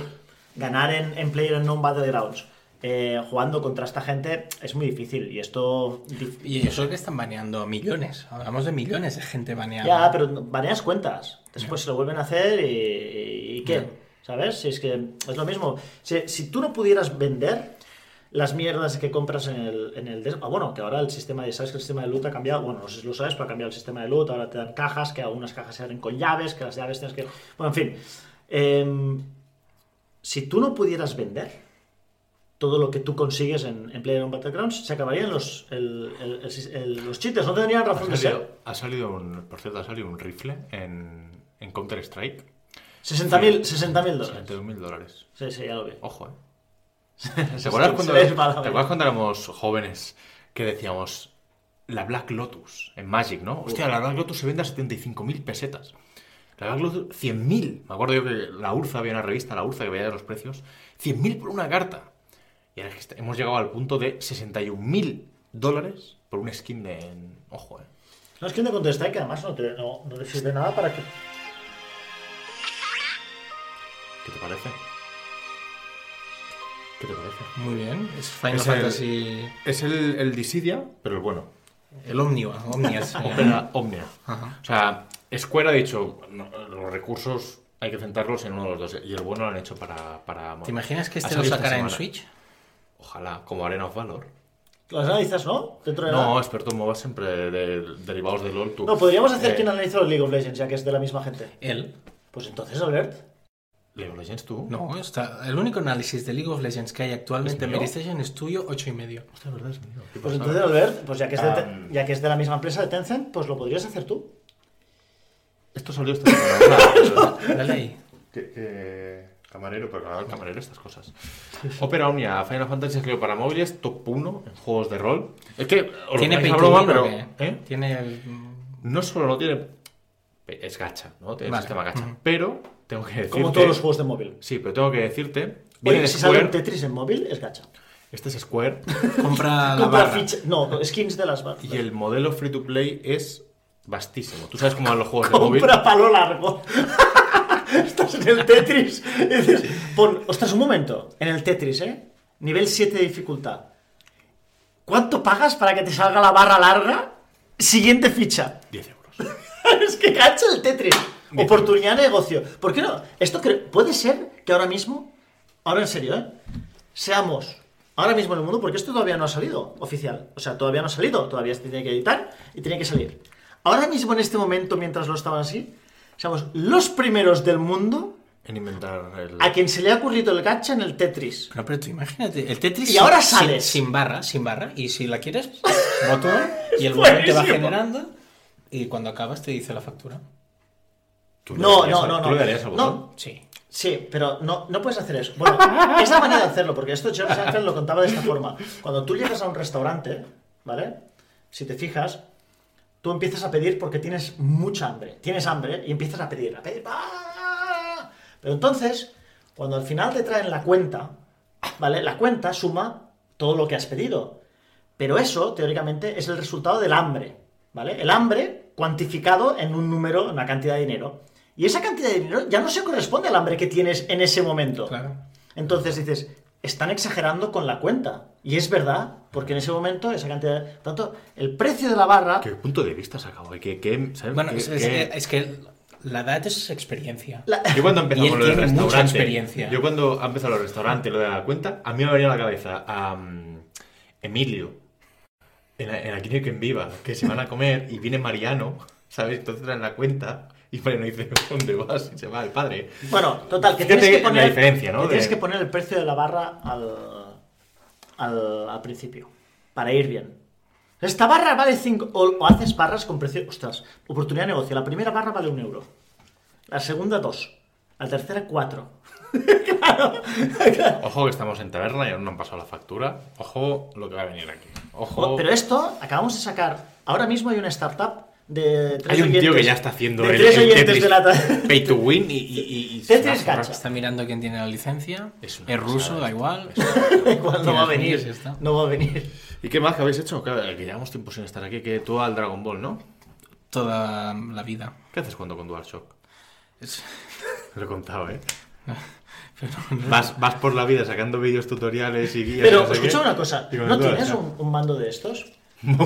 ganar en, en Player No Battlegrounds eh, jugando contra esta gente es muy difícil. Y esto dif-
Y eso es que están baneando millones. Hablamos de millones de gente baneada.
Ya, pero no- baneas cuentas. Después se lo vuelven a hacer y, y ¿qué?
Ya.
¿Sabes? Si es que es lo mismo. Si, si tú no pudieras vender las mierdas que compras en el... En el des- ah, bueno, que ahora el sistema de... ¿Sabes que el sistema de loot ha cambiado? Bueno, no sé si lo sabes, pero ha cambiado el sistema de loot. Ahora te dan cajas, que algunas cajas se abren con llaves, que las llaves tienes que... Bueno, en fin. Em, si tú no pudieras vender todo lo que tú consigues en, en PlayerUnknown's Battlegrounds, se acabarían los, el- el- el- el- los chistes. Pues No tendrían
Ha
razón de ser.
salido, ha salido un, por cierto, ha salido un rifle en, en Counter Strike.
60.000 60.000 dólares.
72.000 dólares.
Sí, sí, ya lo vi.
Ojo, eh. ¿Te
Se
acuerdas,
ve- se
cuando,
ve
¿Te
mal,
acuerdas cuando éramos jóvenes que decíamos la Black Lotus en Magic, no? Hostia, la Black Lotus se vende a 75.000 pesetas. La Black Lotus, 100.000. Me acuerdo yo que la Urza había una revista, la Urza que veía los precios. 100.000 por una carta. Y ahora es que est- hemos llegado al punto de 61.000 dólares por un skin de. en- Ojo, eh.
No, es que un de contestar que además no te, no, no te sirve nada para que...
¿Qué te parece? ¿Qué te parece?
Muy bien. Es Final
Es el-
Fantasy.
Es el, el Dissidia, pero el bueno.
El, Omniva. Omnia. se llama.
Opera Omnia.
Ajá.
O sea, Square ha dicho, "No, los recursos hay que centrarlos en uno de los dos. Y el bueno lo han hecho para... para
¿Te imaginas que
Ha
este lo
salido esta
sacara en
semana.
Switch?
Ojalá, como Arena of Valor.
Las analizas, ¿no? Dentro de
No,
la-
experto en MOBA siempre de, derivados de LOL. Tú.
No, podríamos hacer
Eh,
quien analizó el League of Legends, ya que es de la misma gente.
Él.
Pues entonces, Albert,
League of Legends tú.
No, está, el único análisis de League of Legends que hay actualmente
¿Es
en
mío?
PlayStation es tuyo, 8 y medio.
Hostia, verdad es mío. ¿Qué
pues
pasada.
entonces, Albert, pues ya que, es de, te-
Ah.
ya que es de la misma empresa de Tencent, pues lo podrías hacer tú.
Esto salió esta semana.
Dale ahí.
Que- que- Camarero, pero claro, el camarero estas cosas. Opera Omnia, Final Fantasy salió para móviles, top 1 en juegos de rol. Es que os lo tomáis
Tiene
a
pay to
broma,
win,
pero
¿o qué?
¿eh?
Tiene. mm,
no solo no tiene es gacha, ¿no? Tiene
Vale.
sistema gacha, pero tengo que decirte
Como todos los juegos de móvil.
Sí, pero tengo que decirte viene
Oye,
de
si sale un
Square.
Tetris en móvil, es gacha.
Este es Square
Compra la
Compra
barra.
ficha... No, skins de las barras.
y el modelo free to play es vastísimo. Tú sabes cómo van los juegos de móvil.
Compra palo largo. Estás en el Tetris. y dices, pon, ostras, un momento. En el Tetris, ¿eh? Nivel 7 de dificultad. ¿Cuánto pagas para que te salga la barra larga? Siguiente ficha.
10 euros.
es que cacha el Tetris.
Bien.
Oportunidad de negocio. ¿Por qué no? Esto cre- puede ser que ahora mismo, ahora en serio, ¿eh? seamos ahora mismo en el mundo, porque esto todavía no ha salido oficial. O sea, todavía no ha salido, todavía se tiene que editar y tiene que salir. Ahora mismo, en este momento, mientras lo estaban así, seamos los primeros del mundo
En inventar el
a quien se le ha ocurrido el gacha en el Tetris.
No, pero tú imagínate, el Tetris.
Y ahora
sin-
sales.
Sin, sin barra, sin barra. Y si la quieres, botón. y el botón te va
buenísimo.
generando. Y cuando acabas te dice la factura.
Tú le
No,
darías
no,
al-
no,
tú le
no.
darías al botón.
No,
Sí.
Sí, pero no, no puedes hacer eso. Bueno, es la manera de hacerlo, porque esto Charles Ángel lo contaba de esta forma. Cuando tú llegas a un restaurante, ¿vale? Si te fijas, tú empiezas a pedir porque tienes mucha hambre. Tienes hambre y empiezas a pedir, a pedir. ¡ah! Pero entonces, cuando al final te traen la cuenta, ¿vale? La cuenta suma todo lo que has pedido. Pero eso, teóricamente, es el resultado del hambre, ¿vale? El hambre cuantificado en un número, en una cantidad de dinero. Y esa cantidad de dinero ya no se corresponde al hambre que tienes en ese momento.
Claro.
Entonces dices, están exagerando con la cuenta. Y es verdad, porque en ese momento esa cantidad... de- Tanto, el precio de la barra...
¿Qué punto de vista se acabó? ¿Qué, qué, sabes?
Bueno,
¿Qué-
es, es-
qué-
es que la edad es experiencia.
la-
Yo cuando
Y
empezamos
él
lo del
tiene mucha
restaurante,
experiencia.
yo cuando ha empezado los restaurantes, lo de la cuenta, a mí me venía a la cabeza a Emilio, en, en Aquí no hay quien viva, que se van a comer y viene Mariano, ¿sabes? Entonces traen la cuenta y Mariano dice, ¿dónde vas? Y se va el padre.
Bueno, total, que
Fíjate
tienes que
la
poner...
diferencia, ¿no?
que tienes
De-
que poner el precio de la barra al, al, al principio, para ir bien. Esta barra vale 5... O, o haces barras con precio... Ostras, oportunidad de negocio. La primera barra vale un euro. La segunda, dos. La tercera, cuatro.
Ojo que estamos en taberna y aún no han pasado la factura. Ojo lo que va a venir aquí. Ojo.
Oh, Pero esto acabamos de sacar. Ahora mismo hay una startup de tres
Hay un tío
oyentes-
que ya está haciendo
de
el,
tres
el
oyentes
Tetris
de la ta-
Pay to win y. y- y- y se
Tetris
va a
gacha.
Está mirando quién tiene la licencia.
Es
Es,
una
ruso,
pasada
da
esto.
igual.
Igual no va a
Tiras
venir.
millas y ya está.
No va a venir.
joder. ¿Y qué más que habéis hecho? Claro, que llevamos tiempo sin estar aquí, que tú al Dragon Ball, ¿no?
Toda la vida.
¿Qué haces cuando con DualShock?
Es-
Lo he contado, ¿eh?
pero no-
Vas, vas por la vida sacando vídeos tutoriales y guías.
Pero
no sé
escucha
qué.
una cosa,
Y con
¿no
el
tienes
DualShock.
un, un mando de estos?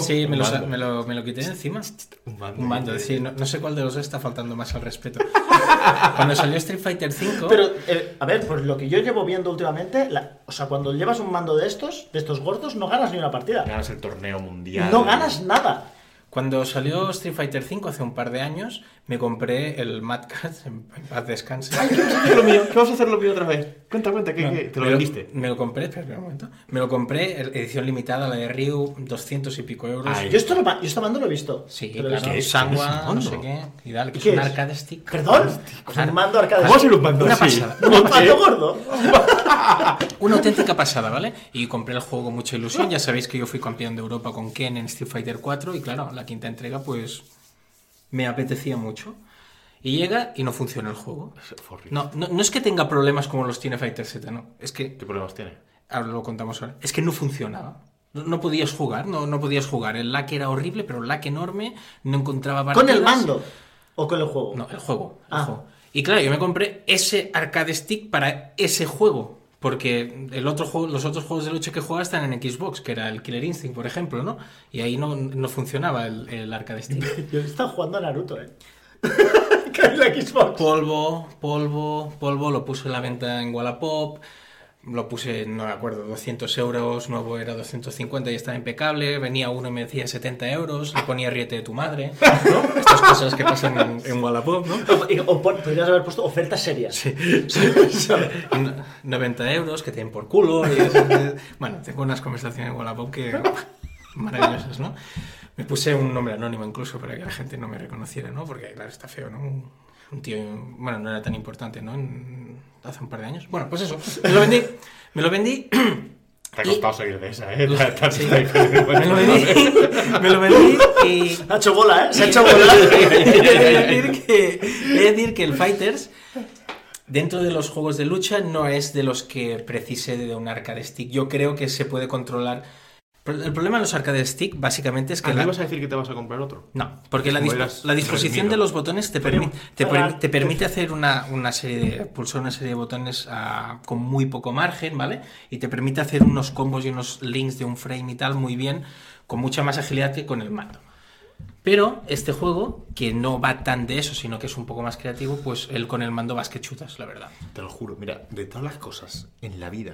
Sí, me lo, sa-
mando.
me lo- me lo quité de encima.
Un mando.
Un mando, es decir, no, no sé cuál de los dos está faltando más al respeto. Cuando salió Street Fighter V,
Pero, eh, a ver, pues lo que yo llevo viendo últimamente, la- o sea, cuando llevas un mando de estos, de estos gordos, no ganas ni una partida.
Ganas el torneo mundial.
No ganas nada.
cuando salió Street Fighter V hace un par de años, me compré el Mad Cat, en en paz descanse.
¿Qué vas a hacer lo mío? ¿Qué vas a hacer lo mío otra vez? Cuenta, cuenta, ¿qué,
No,
qué? ¿Te lo
me
vendiste?
Me lo compré, espera, espera un momento. Me lo compré, el- edición limitada, la de Ryu, 200 y pico euros.
Ay.
Yo, esto lo pa- yo este mando lo he visto.
Sí,
Te lo he
claro.
visto.
es? ¿Qué es
Sangua,
un
no
mando?
sé qué. Y tal, que
¿Qué
es un
es?
arcade stick.
¿Perdón? Un mando arcade.
¿Cómo se lo mando
Una
así?
pasada. Eh,
¿Un mando
¿Eh?
gordo?
Una auténtica pasada, ¿vale? Y compré el juego con mucha ilusión. Ya sabéis que yo fui campeón de Europa con Ken en Street Fighter 4 y claro, la quinta entrega pues me apetecía mucho. Y llega y no funciona el juego.
Fue horrible.
No, no, no es que tenga problemas como los tiene Fighter Z, no. Es que
¿Qué problemas tiene?
Ahora lo contamos ahora. Es que no funcionaba. No, no podías jugar, no, no podías jugar. El lag era horrible, pero el lag enorme, no encontraba
¿Con
partidas.
el mando? ¿O con el juego?
No, el juego. el
Ah.
juego. Y claro, yo me compré ese arcade stick para ese juego. Porque el otro juego, los otros juegos del 8 que jugaba están en Xbox, que era el Killer Instinct, por ejemplo, ¿no? Y ahí no, no funcionaba el, el arcade stick.
Yo he estado jugando a Naruto, eh. Que es la Xbox.
Polvo, polvo, polvo, lo puse en la venta en Wallapop, lo puse, no me acuerdo, 200 euros, nuevo era 250 y estaba impecable, venía uno y me decía 70 euros, le ponía riete de tu madre, ¿no? Estas cosas que pasan en, en Wallapop, ¿no?
O, y- o pon- podrías haber puesto ofertas serias.
No- 90 euros que te den por culo. y eso, eh, bueno, tengo unas conversaciones en Wallapop que maravillosas, ¿no? Me puse un nombre anónimo incluso para que la gente no me reconociera, ¿no? Porque, claro, está feo, ¿no? Un, un tío, bueno, no era tan importante, ¿no? En- hace un par de años. Bueno, pues eso, me lo vendí, me lo vendí
Te ha
Y-
costado salir de esa, ¿eh? Te- te has-
Sí.
Bueno,
me lo vendí, me lo vendí y...
Ha hecho bola, ¿eh? Se ha hecho bola.
he, de decir que, he de decir que el Fighters, dentro de los juegos de lucha, no es de los que precise de un arcade stick. Yo creo que se puede controlar. Pero El problema de los arcade stick, básicamente, es que.
Ah,
la-
¿no ibas a decir que te vas a comprar otro?
No, porque la,
Como
dis-
eras
la disposición
redimido.
de los botones te, permi- te, per-
Hola.
te permite hacer una, una serie de. pulsar una serie de botones ah, con muy poco margen, ¿vale? Y te permite hacer unos combos y unos links de un frame y tal muy bien, con mucha más agilidad que con el mando. Pero este juego, que no va tan de eso, sino que es un poco más creativo, pues él con el mando vas que chutas, la verdad.
Te lo juro, mira, de todas las cosas en la vida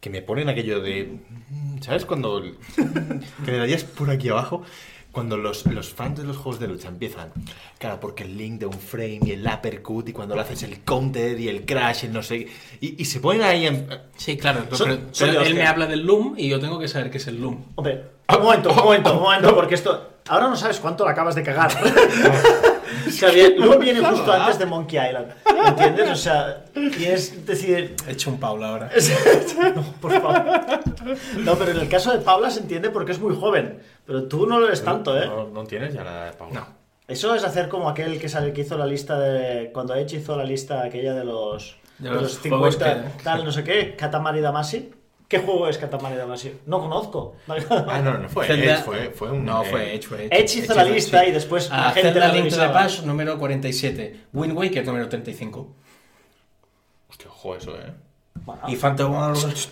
que me ponen aquello de. mm, ¿Sabes cuando.? el- que le darías por aquí abajo. Cuando los, los fans de los juegos de lucha empiezan, claro, porque el link de un frame y el uppercut y cuando lo haces el counter y el crash, el no sé qué, y, y se ponen ahí en...
Sí, claro.
Son-
pero-
son
pero
de los
él
que-
me habla del Loom y yo tengo que saber qué es el Loom.
Hombre,
Ah,
un momento, un momento, un momento, porque esto. Ahora no sabes cuánto la acabas de cagar. O sea, bien, luego viene justo antes de Monkey Island. ¿Entiendes? O sea, y es decir.
He hecho un Paula ahora.
No, por favor. No, pero en el caso de Paula se entiende porque es muy joven. Pero tú no lo eres tanto, ¿eh?
No, no tienes ya la de Paula.
No.
Eso es hacer como aquel que, sale, que hizo la lista de. Cuando Edge hizo la lista aquella de los.
De los juegos que-
tal, no sé qué. Katamari Damacy. ¿Qué juego es Katamari Damacy? No conozco.
Ah, no, no, fue
Zelda-
Edge, fue, fue un...
No,
eh,
fue Edge, fue
Edge hizo la lista y después la
Ah,
gente
Zelda
la
Link to the
revisaba.
Past, número 47. Wind Waker, número 35.
Hostia, ojo eso, ¿eh?
Bueno,
Y Phantom Hourglass...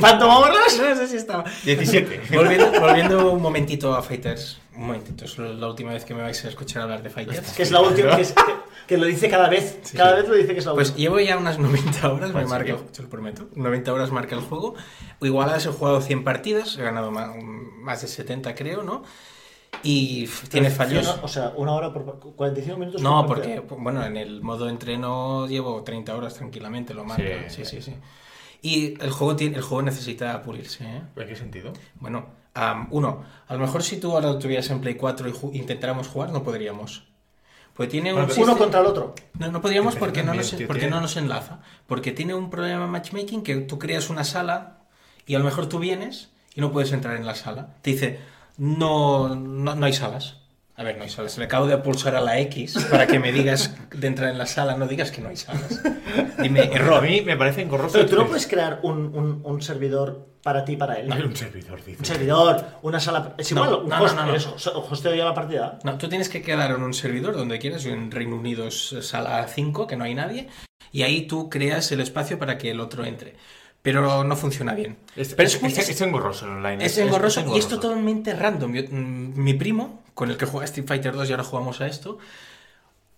¿Phantom Hourglass?
No sé si estaba.
17.
Volviendo, volviendo un momentito a Fighters. Un momentito, es la última vez que me vais a escuchar hablar de Fighters.
Que es la última. Que, es- que- que lo dice cada vez. cada vez lo dice que es la
Pues
última. Pues
llevo ya unas 90 horas, me
¿En
marca,
serio?
te lo prometo, 90 horas marca el juego. Igual he jugado 100 partidas, he ganado ma- más de 70 creo, ¿no? Y pff,
Pues,
tiene fallos.
O sea, una hora por 45 minutos.
No,
por
porque,
partida.
bueno, en el modo entreno llevo 30 horas tranquilamente, lo marca.
Sí.
Sí, sí, sí. Y el juego, tiene, el juego necesita pulirse, ¿eh?
¿En qué sentido?
Bueno, am, uno, a lo mejor si tú ahora lo tuvieras en Play 4 y ju- intentáramos jugar, no podríamos. Pues tiene un...
Bueno, pero-
Uno
sistema-
contra el otro.
No, no podríamos
Pero
porque no,
también,
nos,
tío,
porque
tiene-
no nos enlaza. Porque tiene un problema de matchmaking que tú creas una sala y a lo mejor tú vienes y no puedes entrar en la sala. Te dice, no, no, no hay salas. A ver, no hay salas. Le acabo de pulsar a la X para que me digas de entrar en la sala, no digas que no hay salas. Dime, "Eh,
A
error.
mí me parece engorroso.
Pero tú no
el-
puedes crear un, un- un servidor para ti y para él.
Hay un servidor,
Un
dice.
servidor, una sala. Es
No,
igual, un
no, no,
host-
no, no.
eso, so- hosteo yo la partida.
No, tú tienes que quedar en un servidor donde quieras, yo en Reino Unido es sala 5, que no hay nadie, y ahí tú creas el espacio para que el otro entre. Pero no funciona bien.
Es,
Pero
es-
muy-
es- es engorroso el online.
Es engorroso y es totalmente random. Yo- mm, mi primo, con el que juega Street Fighter 2 y ahora jugamos a esto,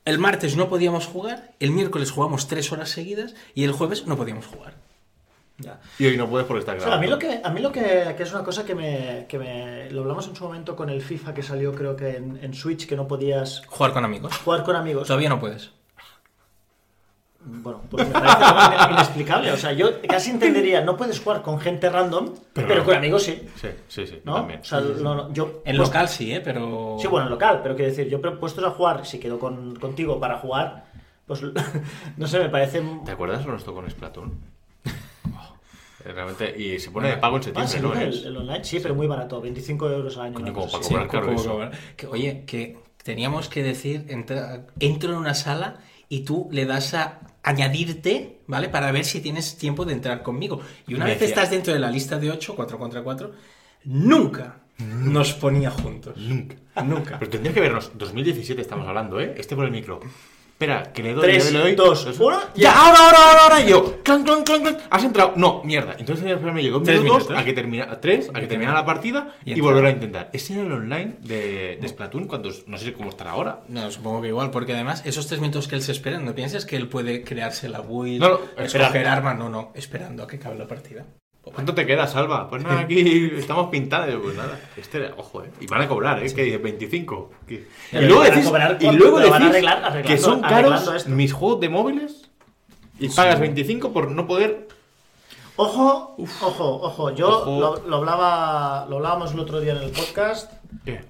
el martes no podíamos jugar, el miércoles jugamos tres horas seguidas y el jueves no podíamos jugar.
Ya.
Y hoy no puedes por estar
O sea,
grabando.
a mí lo que, a mí lo que, que es una cosa que me, que me- Lo hablamos en su momento con el FIFA que salió, creo que en, en Switch, que no podías
Jugar con amigos.
jugar con amigos.
Todavía no puedes.
Bueno, pues me parece algo inexplicable. O sea, yo casi entendería, no puedes jugar con gente random,
Pero
pero,
no.
con amigos sí.
Sí, sí, sí.
¿No?
También.
O sea, no, no, yo.
En
pues-
local sí, ¿eh? Pero...
Sí, bueno, en local, pero quiero decir, yo pre- puestos a jugar, si quedo con- contigo para jugar, pues no sé, me parece.
¿Te acuerdas lo nuestro con Splatoon? Oh, Realmente, y se pone de pago en
Ah,
septiembre,
sí,
¿no?
¿no?
Es-
el, el online, sí, pero muy barato, 25 euros al año.
Coño,
una
como
cosa
para
así.
Sí,
cobrar caro
como-
eso.
como- que, oye, que teníamos que decir, entra- entro en una sala y tú le das a añadirte, ¿vale? Para ver si tienes tiempo de entrar conmigo. Y una
Me
vez
decía-
estás dentro de la lista de 8, 4 contra 4, nunca nos ponía juntos.
Nunca.
Nunca.
Pero tendría que vernos. 2017 estamos hablando, ¿eh? Este por el micro. Espera, que le doy,
Tres,
le doy, le doy.
dos, uno,
¡Ya! ¡Ahora, ahora, ahora, ahora! Y yo, clan, clan, clan, clan. Has entrado. No, mierda. Entonces tenía que esperarme llegó
Tres
minutos,
minutos.
a que termina, tres, a que terminara la partida
Y
y,
entrar.
volver a intentar. Ese era el online de, de Splatoon cuando, no sé cómo estará ahora.
No, supongo que igual, porque además esos tres minutos que él se espera, no pienses que él puede crearse la build,
No, no,
escoger
esperar.
arma, no, no, esperando a que acabe la partida.
¿Cuánto te queda, Salva? Pues nada, aquí estamos pintados. Y yo, Pues nada, este era, ojo, ¿eh? Y van a cobrar, ¿eh? Que dices, 25. que- Y
Pero
luego
van a
decís,
cobrar
y
cuánto,
luego
pero van a
decís
arreglar- arreglando-
que son caros
arreglando esto.
mis juegos de móviles y pagas 25 por no poder
Ojo, ojo, ojo. Yo
Ojo.
Lo, lo hablaba, lo hablábamos el otro día en el podcast.
¿Qué?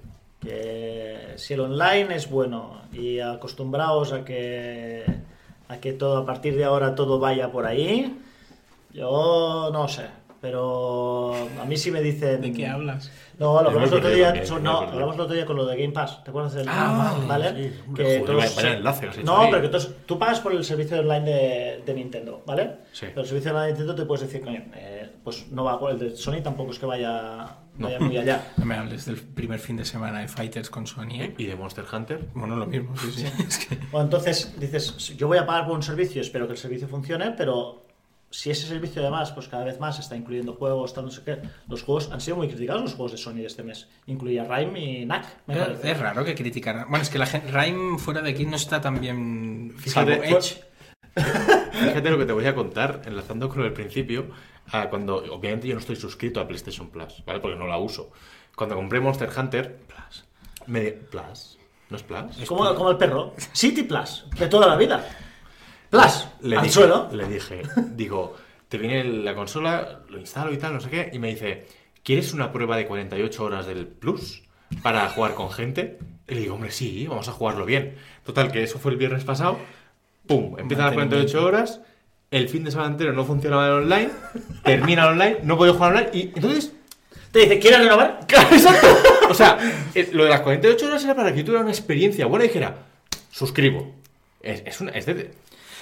que si el online es bueno y acostumbraos a que a que todo a partir de ahora todo vaya por ahí, yo no sé, pero a mí sí me dicen
¿De qué hablas?
No, lo
Yo me
hablamos el otro
perdí
día,
también,
so-
me
no,
perdí.
hablamos el otro día con lo de Game Pass, ¿te acuerdas del
Ah,
¿vale?
sí, hombre, joder, vaya- vaya enlace has hecho
No,
ahí.
pero que entonces tú pagas por el servicio online de, de Nintendo, ¿vale?
Sí.
Pero el servicio online de Nintendo te puedes decir, coño, eh, pues no va por el de Sony tampoco es que vaya, vaya muy allá.
No me hables del primer fin de semana de Fighters con Sony. ¿eh?
¿Y de Monster Hunter?
Bueno, lo mismo, sí, sí. Es que-
Bueno, entonces dices, yo voy a pagar por un servicio, espero que el servicio funcione, pero si ese servicio además, pues cada vez más está incluyendo juegos, tal, no sé qué, los juegos han sido muy criticados los juegos de Sony de este mes. Incluía Rime y Knack, me
Pero
parece.
Es raro que criticaran. Bueno, es que la gente. Rhyme fuera de aquí no está tan bien.
Fíjate,
salvo
fue-
Edge.
Fíjate lo que te voy a contar, enlazando con el principio, ah, cuando obviamente yo no estoy suscrito a PlayStation Plus, ¿vale? Porque no la uso. Cuando compré Monster Hunter, Plus, me di- Plus, ¿no es Plus?
Como, como el perro. City Plus, de toda la vida. Plus,
le
al
dije,
suelo.
le dije, digo, te viene la consola, lo instalo y tal, no sé qué, y me dice, ¿quieres una prueba de 48 horas del Plus para jugar con gente? Y le digo, hombre, sí, vamos a jugarlo bien. Total, que eso fue el viernes pasado, pum, empiezan las 48 horas, el fin de semana entero no funcionaba el online, termina el online, no podía jugar online, y entonces...
Te dice, ¿quieres renovar?
Claro, exacto. O sea, eh, lo de las 48 horas era para que yo tuviera una experiencia buena y dijera, suscribo. Es, es una, es de-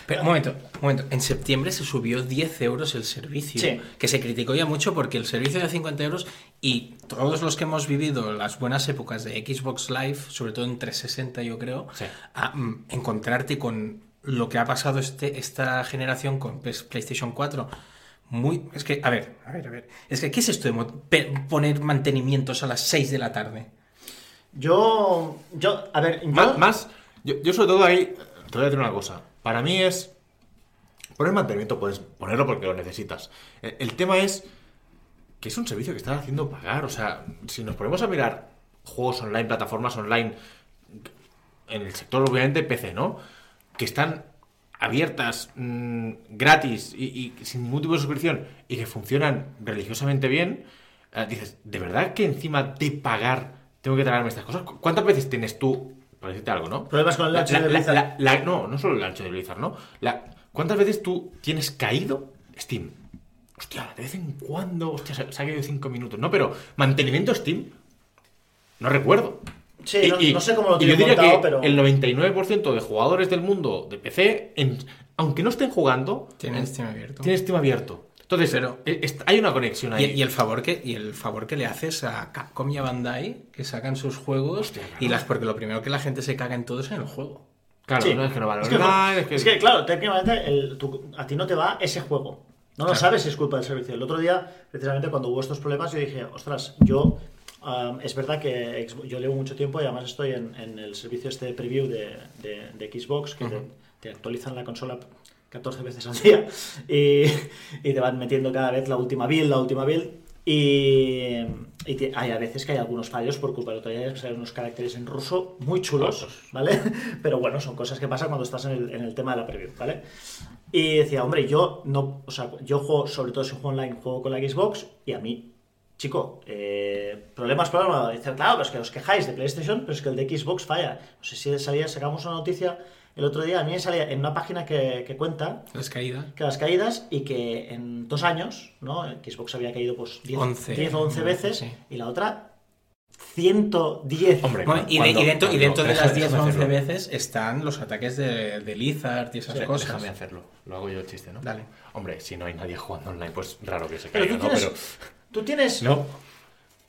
Pero un momento, un momento. En septiembre se subió 10 euros el servicio.
Sí.
Que se criticó ya mucho porque el servicio era 50 euros y todos los que hemos vivido las buenas épocas de Xbox Live, sobre todo en 360, yo creo,
Sí.
a mm, encontrarte con lo que ha pasado este, esta generación con PS PlayStation 4. Muy. Es que, a ver, a ver, a ver. Es que, ¿qué es esto de mo- pe- poner mantenimientos a las 6 de la tarde?
Yo, yo, a ver, yo,
Más, más- yo, yo sobre todo ahí, te voy a decir una cosa. Para mí es, poner mantenimiento puedes ponerlo porque lo necesitas. Eh, El tema es que es un servicio que están haciendo pagar. O sea, si nos ponemos a mirar juegos online, plataformas online, en el sector obviamente PC, ¿no? Que están abiertas, mm, gratis y, y sin ningún tipo de suscripción y que funcionan religiosamente bien, eh, dices, ¿de verdad que encima de pagar tengo que tragarme estas cosas? ¿Cu- ¿Cuántas veces tienes tú, para decirte algo, ¿no?
Problemas con el
La-
ancho de
la- la-
Blizzard.
la- la- no, no solo el ancho de Blizzard, ¿no? La- ¿Cuántas veces tú tienes caído Steam? Hostia, de vez en cuando, hostia, se, se ha caído 5 minutos, ¿no? Pero mantenimiento Steam, no recuerdo.
Sí, no, no sé cómo lo
y yo
tiene
diría
montado,
que
pero.
el 99% de jugadores del mundo de PC, en- aunque no estén jugando,
Tienen Steam abierto.
tienen Steam abierto. Entonces,
Pero-
eh, est- hay una conexión
Y,
ahí.
y el favor que, y el favor que le haces a Capcom y a Bandai, que sacan sus juegos, y las porque lo primero que la gente se caga en todo es en el juego.
Claro,
Sí.
no es que no vale
Es que,
online,
no-
es que-
es que, claro, técnicamente el- tu- a ti no te va ese juego. No lo
Claro.
sabes si es culpa del servicio. El otro día, precisamente cuando hubo estos problemas, yo dije, ostras, yo. ah, es verdad que Xbox- yo llevo mucho tiempo y además estoy en, en el servicio este de preview de, de- de Xbox, que te- te, actualizan la consola 14 veces al día y, y te van metiendo cada vez la última build, la última build. Y, y te- hay a veces que hay algunos fallos por culpa de autoridades, que salen unos caracteres en ruso muy chulos, ¿vale? Pero bueno, son cosas que pasan cuando estás en el, en el tema de la preview, ¿vale? Y decía, hombre, yo no, o sea, yo juego, sobre todo si juego online, juego con la Xbox y a mí, chico, eh, problemas, problemas. Dice, claro, pero es que os quejáis de PlayStation, pero es que el de Xbox falla. No sé si salía, sacamos una noticia el otro día, a mí me salía en una página que, que cuenta
Las caídas.
que las caídas y que en dos años, ¿no? Xbox había caído pues 10
Once.
10 o
Mm,
11 veces
Sí.
y la otra 110.
Hombre,
Bueno, y, de-
cuando-
y dentro, y
cuando-
dentro de
deja-
las 10
déjame
o 11
hacerlo.
veces están los ataques de, de Lizard y esas
Déjame
cosas.
hacerlo. Lo hago yo el chiste, ¿no?
Dale.
Hombre, si no hay nadie jugando online, pues raro que se
Pero
caiga,
tú
¿no?
tienes,
Pero.
tú tienes,
No,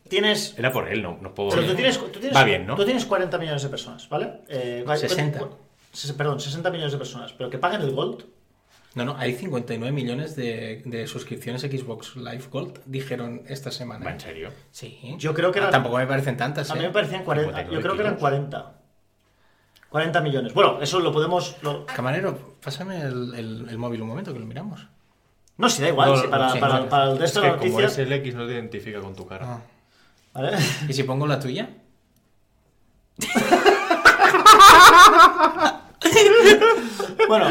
tienes
era por él, no, no puedo.
Pero tú tienes, tú tienes-
Va bien, ¿no?
Tú tienes 40 millones de personas, ¿vale? Eh, cua-
60.
cua- ses- Perdón, 60 millones de personas, pero que paguen el Gold.
No, no, hay 59 millones de, de suscripciones Xbox Live Gold, dijeron esta semana.
Va, en serio.
Sí.
Yo creo que
Ah,
eran-
Tampoco me parecen tantas.
A mí
¿eh?
me parecían 40. Yo
59
creo que eran
kilos.
40. 40 millones. Bueno, eso lo podemos. lo-
Camarero, pásame el, el- el móvil un momento que lo miramos.
No, si da igual,
No,
si para,
sí,
para-
no,
para el
Es
resto
que
de las
como
noticias.
eres el X, no te identifica con tu cara.
Ah.
¿vale?
¿Y si pongo la tuya?
Bueno,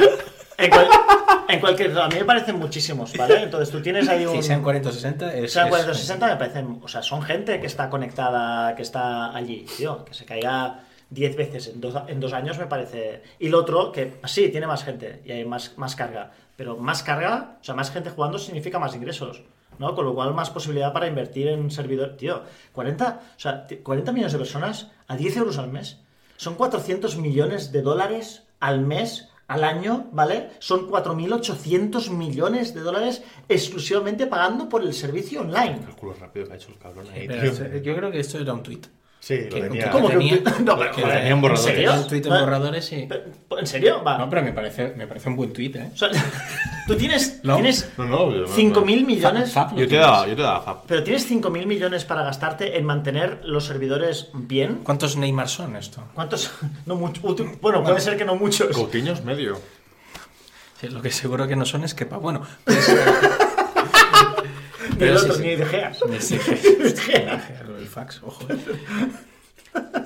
en, cual- en cualquier. A mí me parecen muchísimos, ¿vale? Entonces tú tienes ahí un.
Si sean 40 o 60, es.
Sean
es-
40 o 60 me parecen, o sea, son gente que está conectada, que está allí, tío, que se caiga 10 veces en dos, en dos años me parece... Y lo otro, que sí, tiene más gente y hay más, más carga, pero más carga, o sea, más gente jugando significa más ingresos, ¿no? Con lo cual más posibilidad para invertir en un servidor, tío, 40, o sea, t- 40 millones de personas a 10 euros al mes, son 400 millones de dólares al mes. Al año, ¿vale? Son 4.800 millones de dólares exclusivamente pagando por el servicio online.
Cálculo rápido que ha hecho el cabrón ahí,
Eh, pero
tío.
es- yo creo que esto era un tuit.
Sí, lo
que-
tenía.
¿Cómo que un
tenía-
tuit? Ah. No, pero
que
joder,
tenía en borradores.
¿en serio?
Un tuit en
Va-
borradores y.
Pe- ¿En serio? Va.
No, pero me parece, me parece un buen tuit, ¿eh?
O sea, tú tienes,
No.
tienes
No, no, yo-
5.000 millones.
Fa- fa-
Yo te daba, yo te daba Fab.
Pero tienes 5.000 millones para gastarte en mantener los servidores bien.
¿Cuántos Neymar son esto?
¿Cuántos? No mucho. Uti- Bueno, puede ser que no muchos.
Coutinho es medio.
Pues
Sí, lo que seguro que no son es que. pa- Bueno. pues-
Ni el
pero sí,
otro,
sí.
ni de Gea.
Sí, sí.
Gea.
Lo del fax, ojo. eh.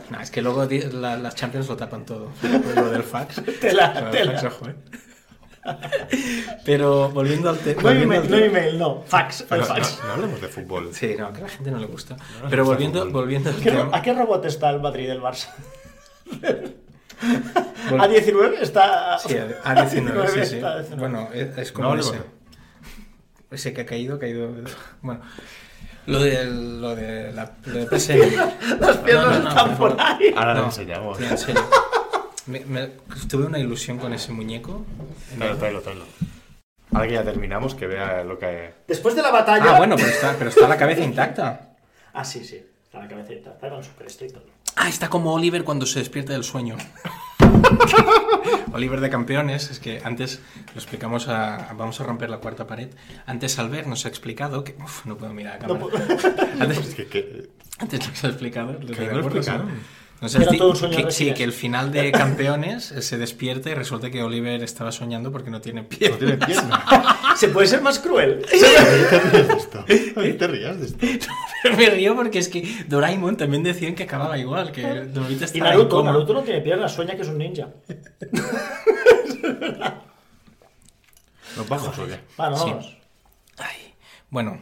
Nah, es que luego di- la- las Champions lo tapan todo. Lo del fax.
Tela,
Lo del
tela.
fax, ojo, eh. Pero volviendo al tema.
No email, no email, no. Fax. el
No,
fax.
no- no hablemos de fútbol.
Sí, no, que a la gente no le gusta. Pero volviendo,
fútbol.
volviendo al
¿Qué ro-
tema.
¿A qué robot está el Madrid del Barça?
Vol-
¿A 19? Está.
Sí, a a 19, sí, sí.
está a 19.
Bueno, es, es como
No,
ese.
no.
Ese que ha caído, ha caído. Bueno. Lo de, lo de la lo de PSN.
Las piernas
No, no, no,
están
por
por
favor.
ahí.
Ahora lo
No,
enseñamos.
tío, en serio. Me- me- tuve una ilusión con ese muñeco.
Tráelo, tráelo, tráelo. Ahora que ya terminamos, que vea lo que.
Después de la batalla.
Ah, bueno, pero está, pero está la cabeza intacta.
Ah, sí, sí. Está la cabecita, está con su cresta y todo.
Ah, está como Oliver cuando se despierta del sueño. Oliver de campeones, es que antes lo explicamos a. Vamos a romper la cuarta pared. Antes Albert nos ha explicado que. Uf, no puedo mirar a cámara.
Es que, que-
Antes nos ha explicado. ¿lo
Que no
recuerdas,
explicaron.
No sé,
Era
sí,
todo un sueño
que,
de
sí,
Resident.
que el final de Campeones eh, se despierta y resulta que Oliver estaba soñando porque no tiene pie.
no tiene pierna.
¿Se puede ser más cruel?
Ahí te rías de esto. Ahí te rías de esto.
Me río porque es que Doraemon también decían que acababa igual, que Dorita
Y
estaba en
Naruto,
coma.
Naruto no tiene piernas, sueña que es un ninja.
Nos vamos, ¿o qué?
Bueno,
Sí.
vamos.
Ay, bueno,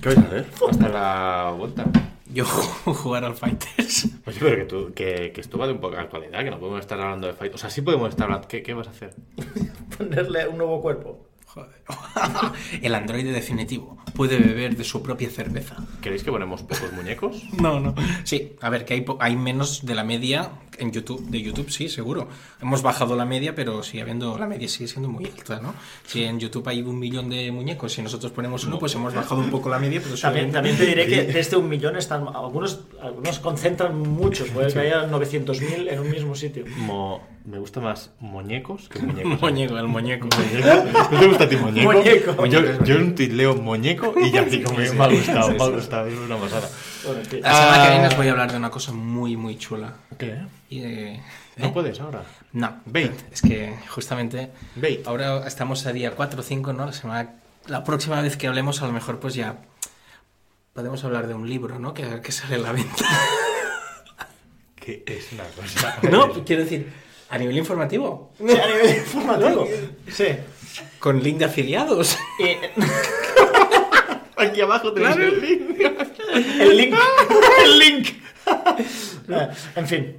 ¿Qué vais a hacer? Hasta la vuelta.
yo jugar al Fighters.
Oye, pero que, tú, que, que esto va de un poco de actualidad, que no podemos estar hablando de fight. O sea, sí podemos estar hablando. ¿Qué, qué vas a hacer?
Ponerle un nuevo cuerpo.
Joder. El androide definitivo. puede beber de su propia cerveza.
¿Queréis que ponemos pocos muñecos?
No, no. Sí, a ver, que hay, po- hay menos de la media en YouTube, de YouTube, sí, seguro. Hemos bajado la media, pero sigue habiendo, la media sigue siendo muy alta, ¿no? Si en YouTube hay un millón de muñecos, si nosotros ponemos uno, pues hemos bajado un poco la media, pero sigue
También,
habiendo-
también te diré que desde un millón están. Algunos, algunos concentran muchos, puede que haya 900.000 en un mismo sitio.
Mo- me gusta más muñecos que muñecos.
Muñeco, el muñeco.
¿Muñeco? ¿No te gusta a ti muñeco?
Muñeco.
Yo, yo en un tuit leo muñeco y ya digo, me, me ha gustado, me ha gustado, es una pasada.
Bueno, en fin.
La semana que viene os voy a hablar de una cosa muy, muy chula.
¿Qué?
Y, eh,
No puedes ahora.
No.
Bait.
Es que justamente
Bait.
ahora estamos a día 4 o 5, ¿no? La, semana, la próxima vez que hablemos a lo mejor pues ya podemos hablar de un libro, ¿no? Que, que sale a la venta.
Que es una cosa.
no, quiero decir, a nivel informativo.
Sí, a nivel informativo. Sí.
Con link de afiliados.
Aquí abajo tenéis el link.
El link. El link. Eh, en fin.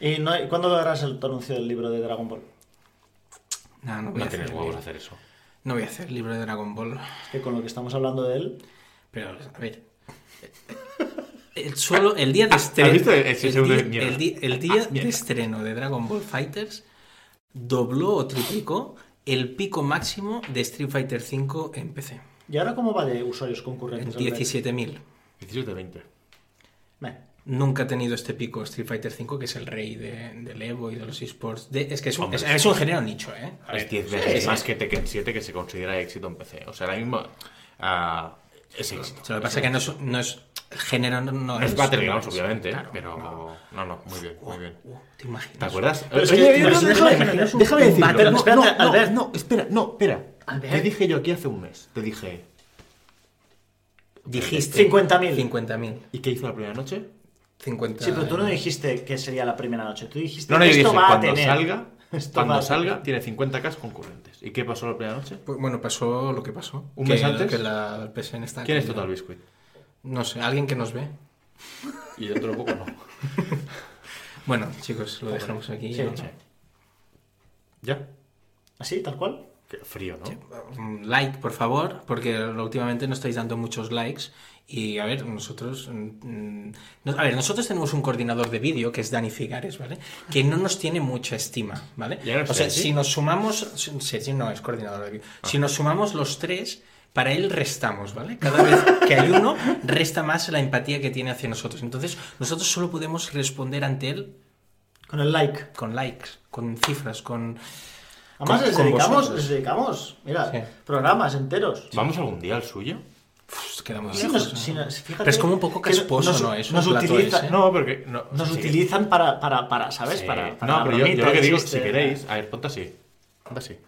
¿Y no hay- cuándo darás el tu anuncio del libro de Dragon Ball?
No, no voy a
No
hacer.
tienes huevos a hacer eso.
No voy a hacer libro de Dragon Ball.
Es que con lo que estamos hablando de él.
Pero, a ver. El, solo, el día de
Ah, ¿Has
estreno.
visto el- ese
el
segundo
día-
de mierda? Ah,
el di- el día de
mierda.
estreno de Dragon Ball Fighters dobló o triplicó el pico máximo de Street Fighter V en PC.
¿Y ahora cómo va de usuarios
En
concurrentes?
17.000.
17 20.
Meh.
Nunca ha tenido este pico Street Fighter V, que es el rey de- del Evo y de los esports. De- es que es un,
Hombre,
es,
sí.
es un género nicho, ¿eh? A
Es
ver,
10
sí,
veces
sí,
más
sí.
que Tekken 7 que se considera éxito en PC. O sea, ahora mismo ah, es éxito.
O sea, lo que pasa es que no es, no es- el género, no, no
No es Battlegrounds,
no es-
obviamente,
claro,
pero no. no, muy bien, muy bien.
Uh, ¿Te imaginas?
¿Te acuerdas?
Pero es que- pero es- déjame- déjame decirlo.
No,
Espérate,
no, no,
Albert.
no, espera, no, espera.
Albert.
Te dije yo aquí hace un mes. Te dije,
Dijiste.
50.000.
50.000.
¿y qué hizo la primera noche?
50.
Sí, pero tú no dijiste que sería la primera noche. Tú dijiste
No, no, yo
esto
dije,
va a
cuando
tener.
salga,
Esto va a
cuando
tener.
salga, tiene 50k concurrentes. ¿Y qué pasó la primera noche?
Pues, bueno, pasó lo que pasó.
¿Un
Que-
mes antes?
Que la PSN está.
¿Quién es
con-
Total Biscuit?
No sé, alguien que nos ve.
Y dentro de poco no.
Bueno, chicos, lo dejamos aquí.
Sí,
¿no?
sí.
¿Ya?
¿Así, tal cual?
Qué frío, ¿no?
Mm, Like, por favor, porque últimamente no estáis dando muchos likes. Y a ver, nosotros. mm, no- a ver, nosotros tenemos un coordinador de vídeo que es Dani Figares, ¿vale? Que no nos tiene mucha estima, ¿vale?
Ya no
o
sé,
sea,
¿sí? Ah.
si nos sumamos. si- Sergi no es coordinador de vídeo. Si nos sumamos los tres. Para él restamos, ¿vale? Cada vez que hay uno, resta más la empatía que tiene hacia nosotros. Entonces, nosotros solo podemos responder ante él
Con el like.
con likes, con cifras, con...
Además,
con-
les,
con
dedicamos,
vosotros.
les dedicamos, mira,
Sí.
programas enteros.
¿Vamos algún día al suyo?
Pff, pues, quedamos
Sí,
lejos,
nos-
¿no?
sí, nos- fíjate
Pero es como un poco
que no-
casposo,
nos-
¿no? Es ¿eh? un
nos
plato
utiliza-
ese.
No, porque... No,
Nos
sí.
utilizan para, para, para ¿sabes?
Sí.
Para, para este,
no, pero yo- yo,
bromitas,
lo que digo,
chistes.
si queréis, a ver, ponte así. Ponte así.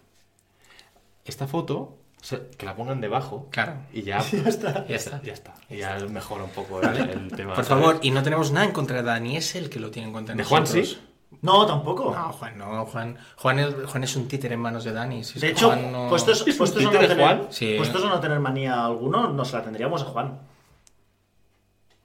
Esta foto, o sea, que la pongan debajo.
Claro.
Y ya. ya está.
Ya está.
Ya está. Y ya mejora un poco el, el tema.
Por
¿sabes?
favor, y no tenemos nada en contra de Dani, es el que lo tiene en contra
¿De Juan
nosotros.
sí?
No, tampoco.
No, Juan no, Juan, Juan, es, Juan es un títere en manos de Dani. si es
de
que
hecho, pues
Juan no-
puestos,
¿Es un
puestos a no
títere,
tener,
Juan?
Sí.
puestos a no tener manía alguno, nos la tendríamos a Juan.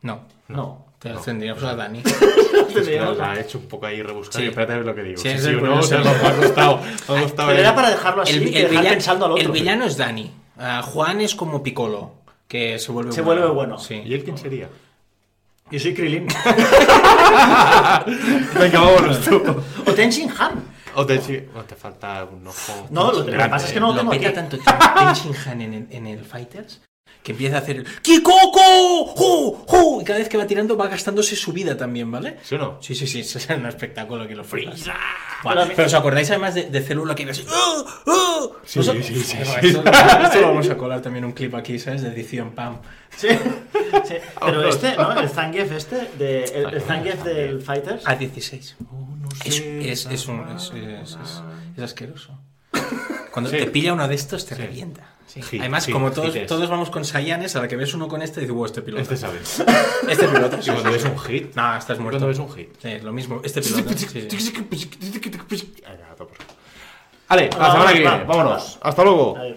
No,
No.
te lo tendríamos a Dani.
Claro,
Tendríamos a-
la he hecho un poco ahí rebuscada.
Sí.
y Espérate a ver lo que digo.
Sí,
Sí,
es
sí,
el
o no, o sea, me
problema.
ha gustado. Me ha gustado.
Pero
el-
era para dejarlo así,
El,
y
el
dejar
villan-
pensando al otro.
el villano es Dani. Ah, Juan es como Piccolo, que se vuelve
Se
bueno.
vuelve bueno.
Sí.
¿Y él quién sería?
Yo soy Krilin.
Venga, vámonos tú.
o Tenshin Han.
O te, sí, o te falta un ojo.
No, lo que
grande.
pasa es que no- lo
lo
tengo
peta
aquí.
tanto Tenshin Han en, el- en el Fighters que empieza a hacer el ¡Kikoko! ¡Ju! ¡Ju! Y cada vez que va tirando va gastándose su vida también, ¿vale?
¿Sí o no?
Sí, sí, sí, es un espectáculo que lo freeze.
Pero a mí-
Pero os acordáis además de, de Célula que iba así. ¡Ah! ¡Ah!
Sí,
Eso-
sí, sí, sí,
Bueno,
sí.
Esto, esto lo vamos a colar también un clip aquí, ¿sabes? De edición pam.
Sí. sí. Pero este, ¿no? El Zangief este, de, el, el Zangief del Fighters.
A 16.
No
Es,
sé.
es- es un-
Ah,
es- es- es- es asqueroso. Cuando
Sí.
te pilla uno de estos, te revienta. Sí.
Sí,
Además,
sí,
como
sí
todos,
que es.
todos vamos con Sayanes, a la que ves uno con este, dices, wow, este piloto.
Este sabes.
Este piloto.
Y cuando ves un hit.
No, estás muerto.
Cuando ves un hit.
Sí, lo mismo. Este piloto. sí, sí.
Vale, a la semana que viene. Vámonos. Hasta luego.
Adiós.